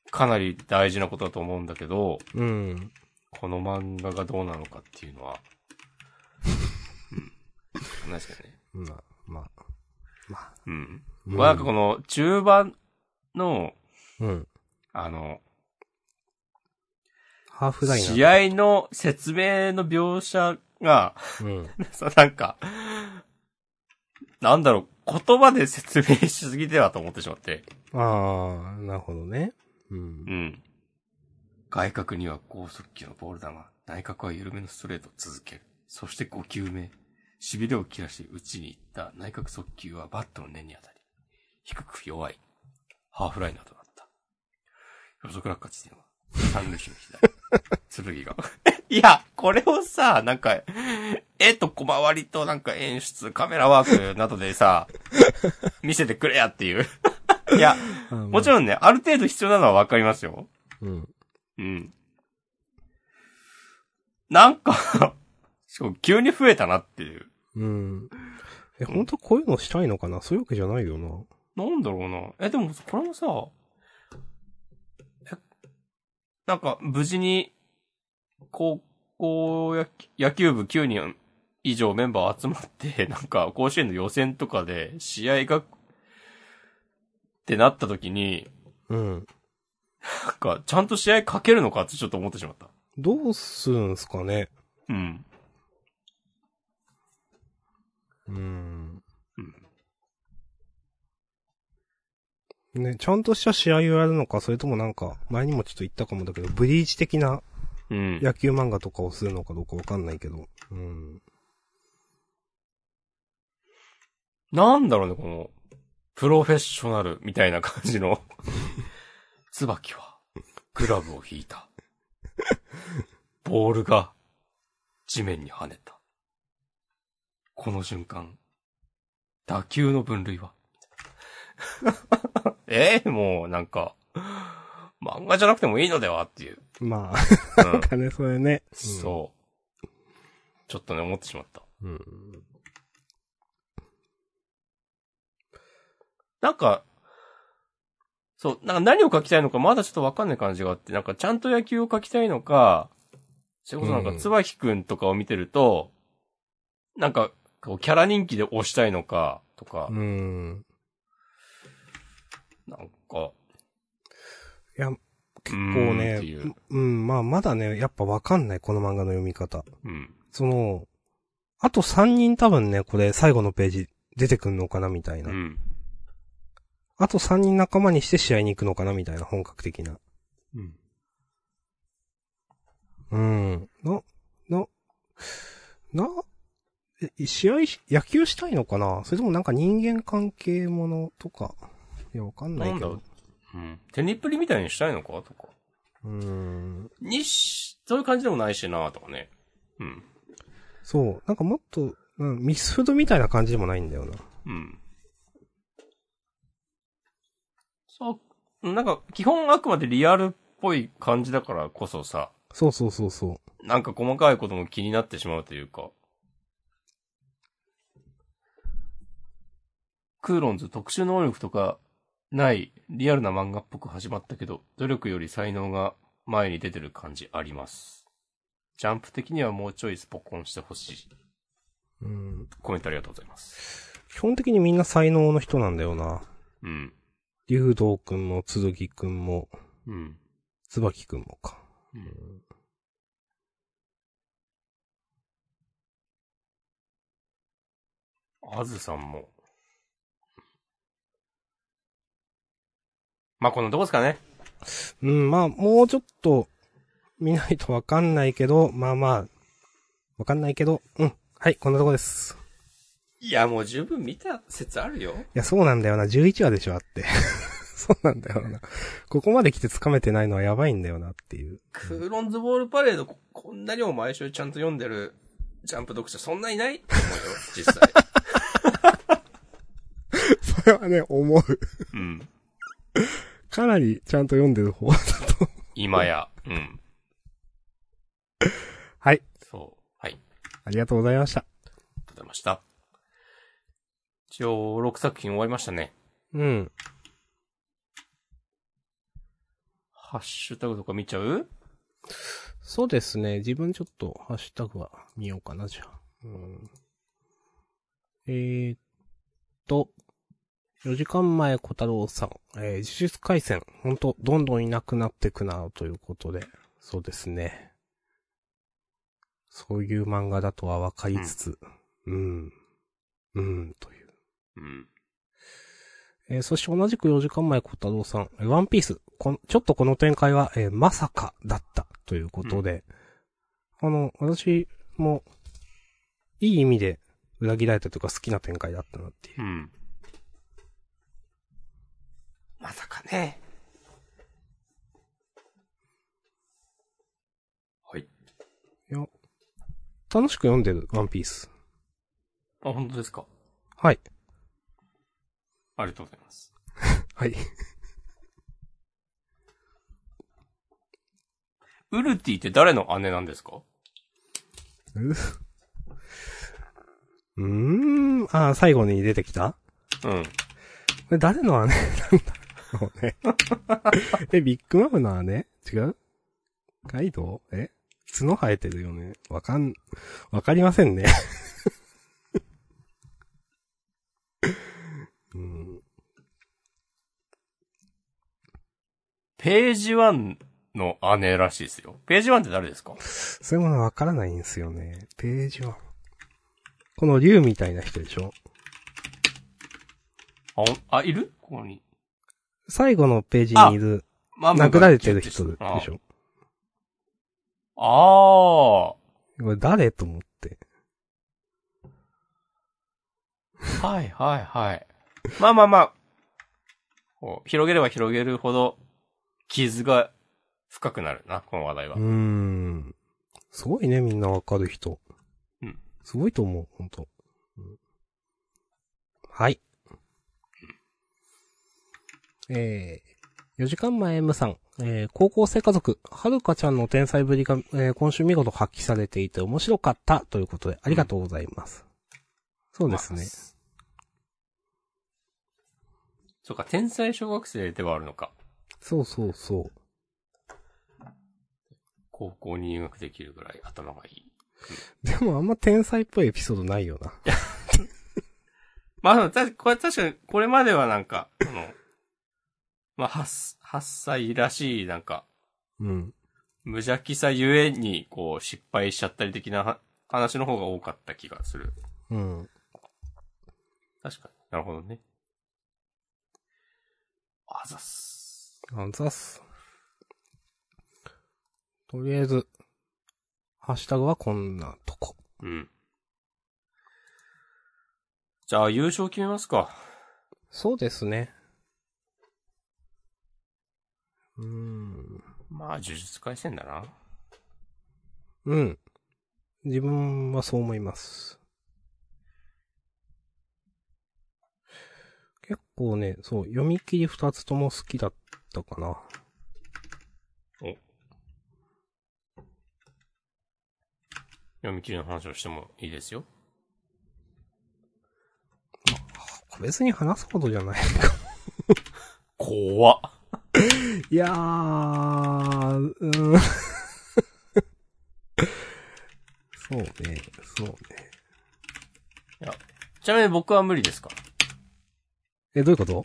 Speaker 1: かなり大事なことだと思うんだけど、
Speaker 2: うん。
Speaker 1: この漫画がどうなのかっていうのは、うん。なんですかね。
Speaker 2: まあ、まあ。まあ。
Speaker 1: うん。
Speaker 2: うん
Speaker 1: まあなんかこの中盤の、
Speaker 2: うん。
Speaker 1: あの、
Speaker 2: ハーフライナー。
Speaker 1: 試合の説明の描写が、
Speaker 2: うん。
Speaker 1: さ、なんか、なんだろう、言葉で説明しすぎてはと思ってしまって。
Speaker 2: ああ、なるほどね。うん
Speaker 1: う。ん。外角には高速球のボール球、内角は緩めのストレートを続ける。そして5球目。痺れを切らし打ちに行った内角速球はバットの根に当たり、低く弱い。ハーフライナーとなった。予測落下地点は、三塁手の [LAUGHS] 左。剣が。いや、これをさ、なんか、絵と小回りとなんか演出、カメラワークなどで [LAUGHS] さ、見せてくれやって [LAUGHS] いう。いや、もちろんね、ある程度必要なのはわかりますよ。
Speaker 2: ろん。うん。
Speaker 1: うん。なんか、 [LAUGHS] しかも急に増えたなっていう。
Speaker 2: うん。え、本当こういうのしたいのかなそういうわけじゃないよな。
Speaker 1: なんだろうな。え、でも、これもさ、え、なんか、無事に、高校野球野球部9人以上メンバー集まって、 [LAUGHS] なんか、甲子園の予選とかで、試合が、ってなった時に、
Speaker 2: うん。
Speaker 1: なんか、ちゃんと試合かけるのかってちょっと思ってしまった。
Speaker 2: どうするんすかね
Speaker 1: うん。
Speaker 2: うん
Speaker 1: うん。
Speaker 2: ね、ちゃんとした試合をやるのか、それともなんか、前にもちょっと言ったかもだけど、ブリーチ的な
Speaker 1: うん。
Speaker 2: 野球漫画とかをするのかどうかわかんないけど。うん。
Speaker 1: なんだろうね、この、プロフェッショナルみたいな感じの。椿は、グラブを引いた。ボールが、地面に跳ねた。この瞬間、打球の分類はええもう、なんか、漫画じゃなくてもいいのではっていう。
Speaker 2: まあ、
Speaker 1: うん
Speaker 2: なん、かね、そ [LAUGHS] れね。
Speaker 1: そう。ちょっとね、思ってしまった。
Speaker 2: うん。うん。
Speaker 1: なんか、そう、なんか何を書きたいのかまだちょっとわかんない感じがあって、なんかちゃんと野球を書きたいのか、それこそなん
Speaker 2: う
Speaker 1: か
Speaker 2: ん
Speaker 1: 椿くんとかを見てると、なんか、こうキャラ人気で推したいのか、とか、
Speaker 2: うん。
Speaker 1: なんか、
Speaker 2: いや、
Speaker 1: 結
Speaker 2: こう
Speaker 1: っ
Speaker 2: ね
Speaker 1: ていう、、
Speaker 2: うん、まあ、まだね、やっぱわかんない、この漫画の読み方。
Speaker 1: うん。
Speaker 2: その、あと3人多分ね、これ最後のページ出てくんのかなみたいうな。
Speaker 1: ん。
Speaker 2: あと3人仲間にして試合に行くのかなみたいな本格的な。
Speaker 1: うん。
Speaker 2: うん。な、な、な、え試合し、野球したいのかなそれともなんか人間関係ものとか。いや、わかんない
Speaker 1: なん
Speaker 2: け
Speaker 1: だ
Speaker 2: ど
Speaker 1: ろ。う、うん。テニプリみたいにしたいのか、とか。
Speaker 2: うん。
Speaker 1: にし、そういう感じでもないしな、とかね。うん。
Speaker 2: そう。なんかもっと、うん、ミスフードみたいな感じでもないんだよな。
Speaker 1: うん。そう、なんか、基本あくまでリアルっぽい感じだからこそさ、
Speaker 2: そうそうそうそ
Speaker 1: なんか細かいことも気になってしまうというか。クーロンズ特殊能力とかないリアルな漫画っぽく始まったけど、努力より才能が前に出てる感じあります。ジャンプ的にはもうちょいスポコンしてほしい。
Speaker 2: う。うん。
Speaker 1: コメントありがとうございます。
Speaker 2: 基本的にみんな才能の人なんだよな。
Speaker 1: うん。
Speaker 2: 竜道くんも、剣くんも、
Speaker 1: うん。
Speaker 2: 椿くんもか。
Speaker 1: うんあずさんも。まあ、このどこですかね。
Speaker 2: うん、まあ、もうちょっと、見ないとわかんないけど、まあまあ、わかんないけど、うん。はい、こんなとこです。
Speaker 1: いや、もう十分見た説あるよ。
Speaker 2: いや、そうなんだよな。11話でしょ、あって。 [LAUGHS] そうなんだよな。ここまで来て掴めてないのはやばいんだよなっていう。
Speaker 1: クーロンズボールパレード、ここんなにも毎週ちゃんと読んでるジャンプ読者そんないないと思 [LAUGHS] うよ、実際。
Speaker 2: それはね、思う。
Speaker 1: うん。
Speaker 2: かなりちゃんと読んでる方だと。
Speaker 1: 今や。うん。
Speaker 2: はい、
Speaker 1: そう。はい。
Speaker 2: ありがとうございました。
Speaker 1: ありがとうございました。一応、6作品終わりましたね。
Speaker 2: うん。
Speaker 1: ハッシュタグとか見ちゃう
Speaker 2: そうですね。自分ちょっと、ハッシュタグは見ようかな、じゃあ。うん、えーっと、4時間前小太郎さん、えー、呪術回戦、ほんと、どんどんいなくなってくな、ということで。そうですね。そういう漫画だとは分かりつつ、うん、うん、という。
Speaker 1: うん。
Speaker 2: えーそして同じく4時間前、小太郎さん、えーワンピース、こんちょっとこの展開は、えーまさかだったということで、あの、私も、いい意味で裏切られたというか好きな展開だったなっていう。
Speaker 1: うん。まさかね。はい。
Speaker 2: いや、楽しく読んでる、ワンピース。
Speaker 1: あ、本当ですか。
Speaker 2: はい。
Speaker 1: ありがとうございます。
Speaker 2: はい。 [LAUGHS]
Speaker 1: ウルティって誰の姉なんですか
Speaker 2: うーん、あー、最後に出てきた
Speaker 1: うん。
Speaker 2: これ誰の姉なんだろうね。え、ビッグマムの姉違うガイドウえ角生えてるよね。わかん、わかりませんね。うん、
Speaker 1: ページ1の姉らしいですよ。ページ1って誰ですか
Speaker 2: そういうものわからないんですよね。ページは。この竜みたいな人でしょ
Speaker 1: あ、あ、いるここに。
Speaker 2: 最後のページにいる、
Speaker 1: ま
Speaker 2: 殴られてる人でし
Speaker 1: あ
Speaker 2: ょ
Speaker 1: あ
Speaker 2: これ誰と思って。
Speaker 1: ー。はいはいはい。まあまあまあ。こう広げれば広げるほど、傷が深くなるな、この話題は
Speaker 2: うー。ん。すごいね、みんなわかる人。
Speaker 1: うん。
Speaker 2: すごいと思う、ほんと。うんはい。えー、4時間前 M さん、えー、高校生家族、はるかちゃんの天才ぶりが、えー今週見事発揮されていて面白かったということで、ありがとうございます。そうですね。
Speaker 1: そうか、天才小学生ではあるのか。
Speaker 2: そうそうそう。
Speaker 1: 高校に入学できるぐらい頭がいい。
Speaker 2: でもあんま天才っぽいエピソードないよな。
Speaker 1: まあでも、たこれ確かに、これまではなんか、その、まあ、8、8歳らしい、なんか、
Speaker 2: うん。
Speaker 1: 無邪気さゆえに、こう、失敗しちゃったり的なは話の方が多かった気がする。
Speaker 2: うん。
Speaker 1: 確かに。なるほどね。あざっす。
Speaker 2: あざっす。とりあえず、ハッシュタグはこんなとこ。
Speaker 1: うん。じゃあ、優勝決めますか。
Speaker 2: そうですね。うーん。
Speaker 1: まあ、呪術回戦だな。
Speaker 2: うん。自分はそう思います。結構ね、そう、読み切り二つとも好きだったかな。
Speaker 1: 読み切りの話をしてもいいですよ。
Speaker 2: 別に話すことじゃない。
Speaker 1: 怖っ。
Speaker 2: いやー、うーん。そうね、そうね。
Speaker 1: ちなみに僕は無理ですか
Speaker 2: え、どういうこと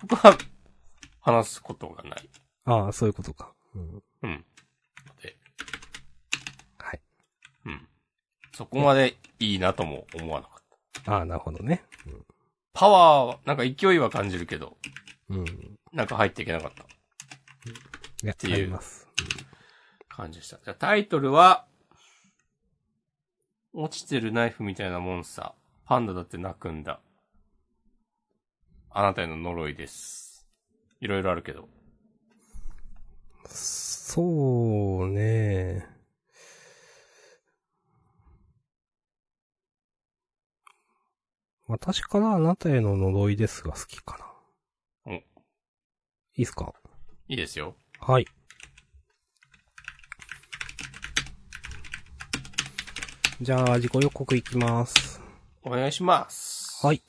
Speaker 1: 僕は、話すことがない。
Speaker 2: ああ、そういうことか。うん。
Speaker 1: うん。で、
Speaker 2: はい。
Speaker 1: うん。そこまでいいなとも思わなかった。
Speaker 2: ああ、なるほどね。
Speaker 1: パワーは、なんか勢いは感じるけど、
Speaker 2: うん。
Speaker 1: なんか入っていけなかった
Speaker 2: いや、
Speaker 1: ていう
Speaker 2: あります。
Speaker 1: 感じでした。じゃあタイトルは、落ちてるナイフみたいなモンスター。パンダだって泣くんだ。あなたへの呪いです。いろいろあるけど。
Speaker 2: そうね。私からあなたへの呪いですが好きかな。
Speaker 1: うん
Speaker 2: いいっすか
Speaker 1: いいですよ。
Speaker 2: はい。じゃあ、自己予告いきます。
Speaker 1: お願いします。
Speaker 2: はい。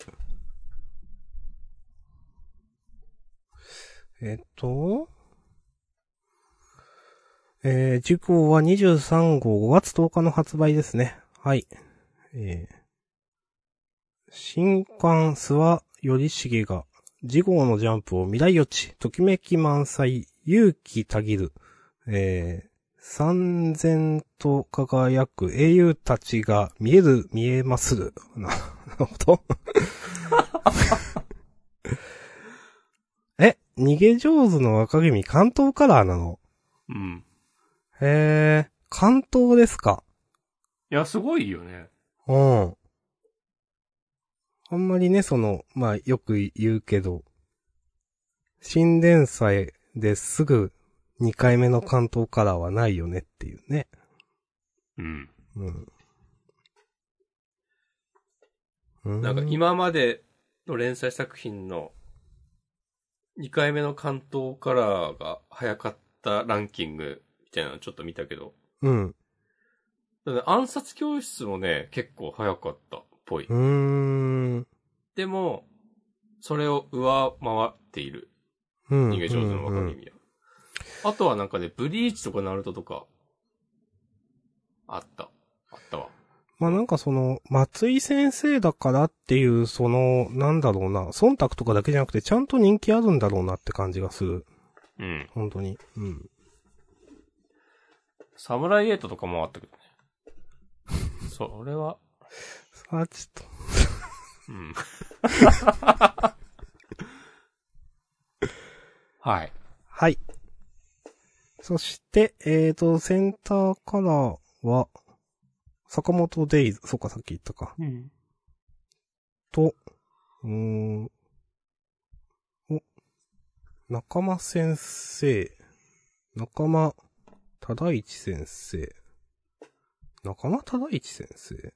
Speaker 2: えっと、えー、時刻は23号5月10日の発売ですね。はい。えー、新刊諏訪頼重が、次号のジャンプを未来予知、ときめき満載、勇気たぎる、えー、三千と輝く英雄たちが見える見えまする。な、なことえ、逃げ上手の若君関東カラーなの
Speaker 1: うん。
Speaker 2: へえ、関東ですか。
Speaker 1: いや、すごいよね。
Speaker 2: うん。あんまりね、その、まあ、よく言うけど、新伝祭ですぐ2回目の関東カラーはないよねっていうね。
Speaker 1: うん。
Speaker 2: うん。
Speaker 1: なんか、今までの連載作品の2回目の関東カラーが早かったランキングみたいなのちょっと見たけど。
Speaker 2: うん。
Speaker 1: だから暗殺教室もね、結構早かったっぽい。
Speaker 2: うーん。
Speaker 1: でも、それを上回っている。
Speaker 2: うん。
Speaker 1: 逃げ上手の若
Speaker 2: うん
Speaker 1: 君は。あとはなんかね、ブリーチとかナルトとか、あった。あったわ。
Speaker 2: まあなんかその、松井先生だからっていう、その、なんだろうな、忖度とかだけじゃなくて、ちゃんと人気あるんだろうなって感じがする。
Speaker 1: うん。
Speaker 2: 本当に。うん。
Speaker 1: サムライエイトとかもあったけどね。それは、
Speaker 2: さあ、ちょっ [LAUGHS]
Speaker 1: うん。はい。
Speaker 2: と。はい。そして、えーと、センターカラーは、坂本デイズ、そっかさっき言ったか。
Speaker 1: うん。
Speaker 2: と、うーん、お、仲間先生、仲間忠一先生、仲間忠一先生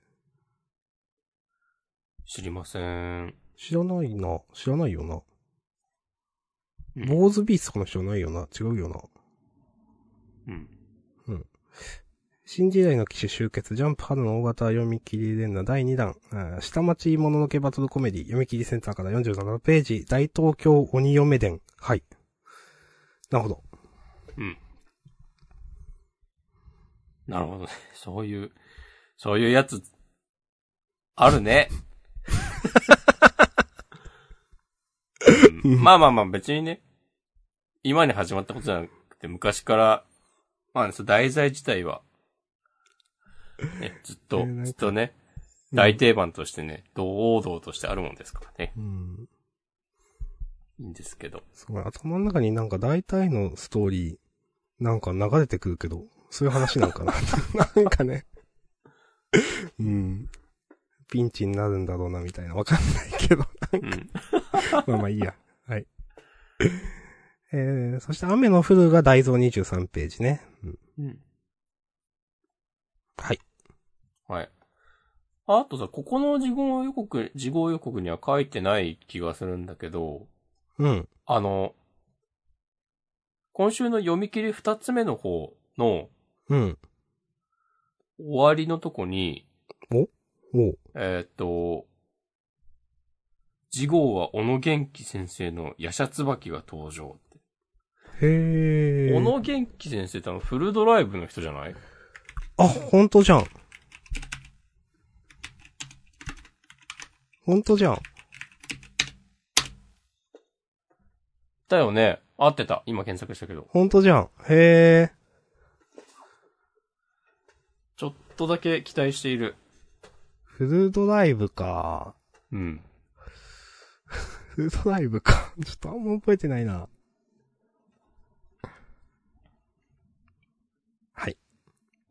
Speaker 1: 知りません。
Speaker 2: 知らないな、知らないよな。
Speaker 1: うん
Speaker 2: 坊主ビーストこの人ないよな、違うよな。
Speaker 1: うん。
Speaker 2: 新時代の騎士集結、ジャンプ春の大型読み切り連打第2弾、あー下町もののけバトルコメディ、読み切りセンターから47ページ、大東京鬼嫁伝、はい。なるほど。
Speaker 1: うん。なるほどね。 [LAUGHS] そういう、そういうやつ、あるね。うんまあまあまあ別にね、今に始まったことじゃなくて昔から、まあ、ね、その題材自体は、ね、ずっ
Speaker 2: え
Speaker 1: と
Speaker 2: ーなん、か
Speaker 1: ずっとね、大定番としてね、堂々としてあるもんですからね。
Speaker 2: うん。
Speaker 1: いいんですけど。
Speaker 2: すごい、頭の中になんか大体のストーリー、なんか流れてくるけど、そういう話なんかな。なんかね。うん。ピンチになるんだろうな、みたいな。わかんないけど。
Speaker 1: うん。
Speaker 2: [LAUGHS] まあまあいいや。はい。えー、そして雨の降るが大蔵23ページね。うん
Speaker 1: うん
Speaker 2: はい。
Speaker 1: はい。あとさ、ここの事後予告、事後予告には書いてない気がするんだけど、
Speaker 2: うん。
Speaker 1: あの、今週の読み切り二つ目の方の
Speaker 2: うん。
Speaker 1: 終わりのとこに、
Speaker 2: おう
Speaker 1: えーっ、と、次号は小野元気先生のヤシャツバキが登場って。
Speaker 2: へ
Speaker 1: 小
Speaker 2: ー。
Speaker 1: 野元気先生ってあのフルドライブの人じゃない
Speaker 2: あ、ほんとじゃん。ほんとじゃん。
Speaker 1: だよね。合ってた。今検索したけど。
Speaker 2: ほんとじゃん。へえ。
Speaker 1: ちょっとだけ期待している。
Speaker 2: フルドライブか。
Speaker 1: うん。
Speaker 2: フルドライブか。 [LAUGHS] ちょっとあんま覚えてないな。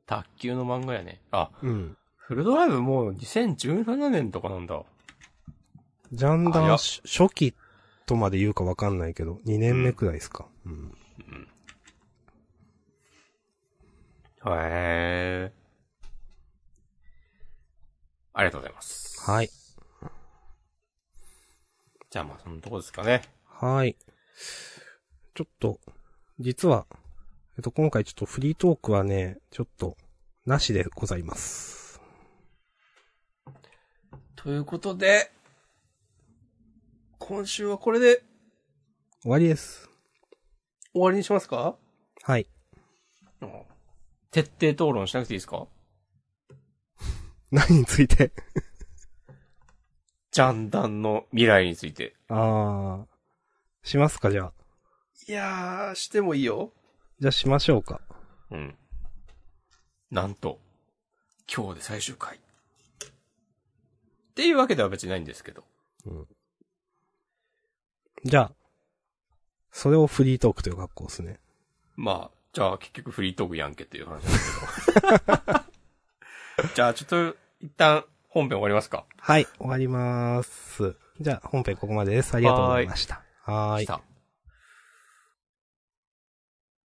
Speaker 1: 卓球の漫画やね。あ、
Speaker 2: うん。
Speaker 1: フルドライブもう2017年とかなんだ。
Speaker 2: ジャン
Speaker 1: あい
Speaker 2: ダ
Speaker 1: や
Speaker 2: ンし初期とまで言うかわかんないけど、2年目くらいですか。うん。
Speaker 1: へえ。ありがとうございます。
Speaker 2: はい。
Speaker 1: じゃあまあそのとこですかね。
Speaker 2: はい。ちょっと、実は、えっと、今回ちょっとフリートークはね、ちょっと、なしでございます。
Speaker 1: ということで、今週はこれで
Speaker 2: 終わりです。
Speaker 1: 終わりにしますか
Speaker 2: はい。
Speaker 1: 徹底討論しなくていいですか
Speaker 2: 何について [LAUGHS]
Speaker 1: ジャンダンの未来について。
Speaker 2: あー、しますか、じゃあ。
Speaker 1: いやー、してもいいよ。
Speaker 2: じゃあしましょうか。
Speaker 1: うん。なんと、今日で最終回。っていうわけでは別にないんですけど。
Speaker 2: じゃあ、それをフリートークという格好ですね。
Speaker 1: まあ、じゃあ結局フリートークやんけっていう話なんですけど。じゃあちょっと、一旦本編終わりますか。
Speaker 2: はい、終わります。じゃあ、本編ここまでです。ありがとうございました。はーい。
Speaker 1: さあ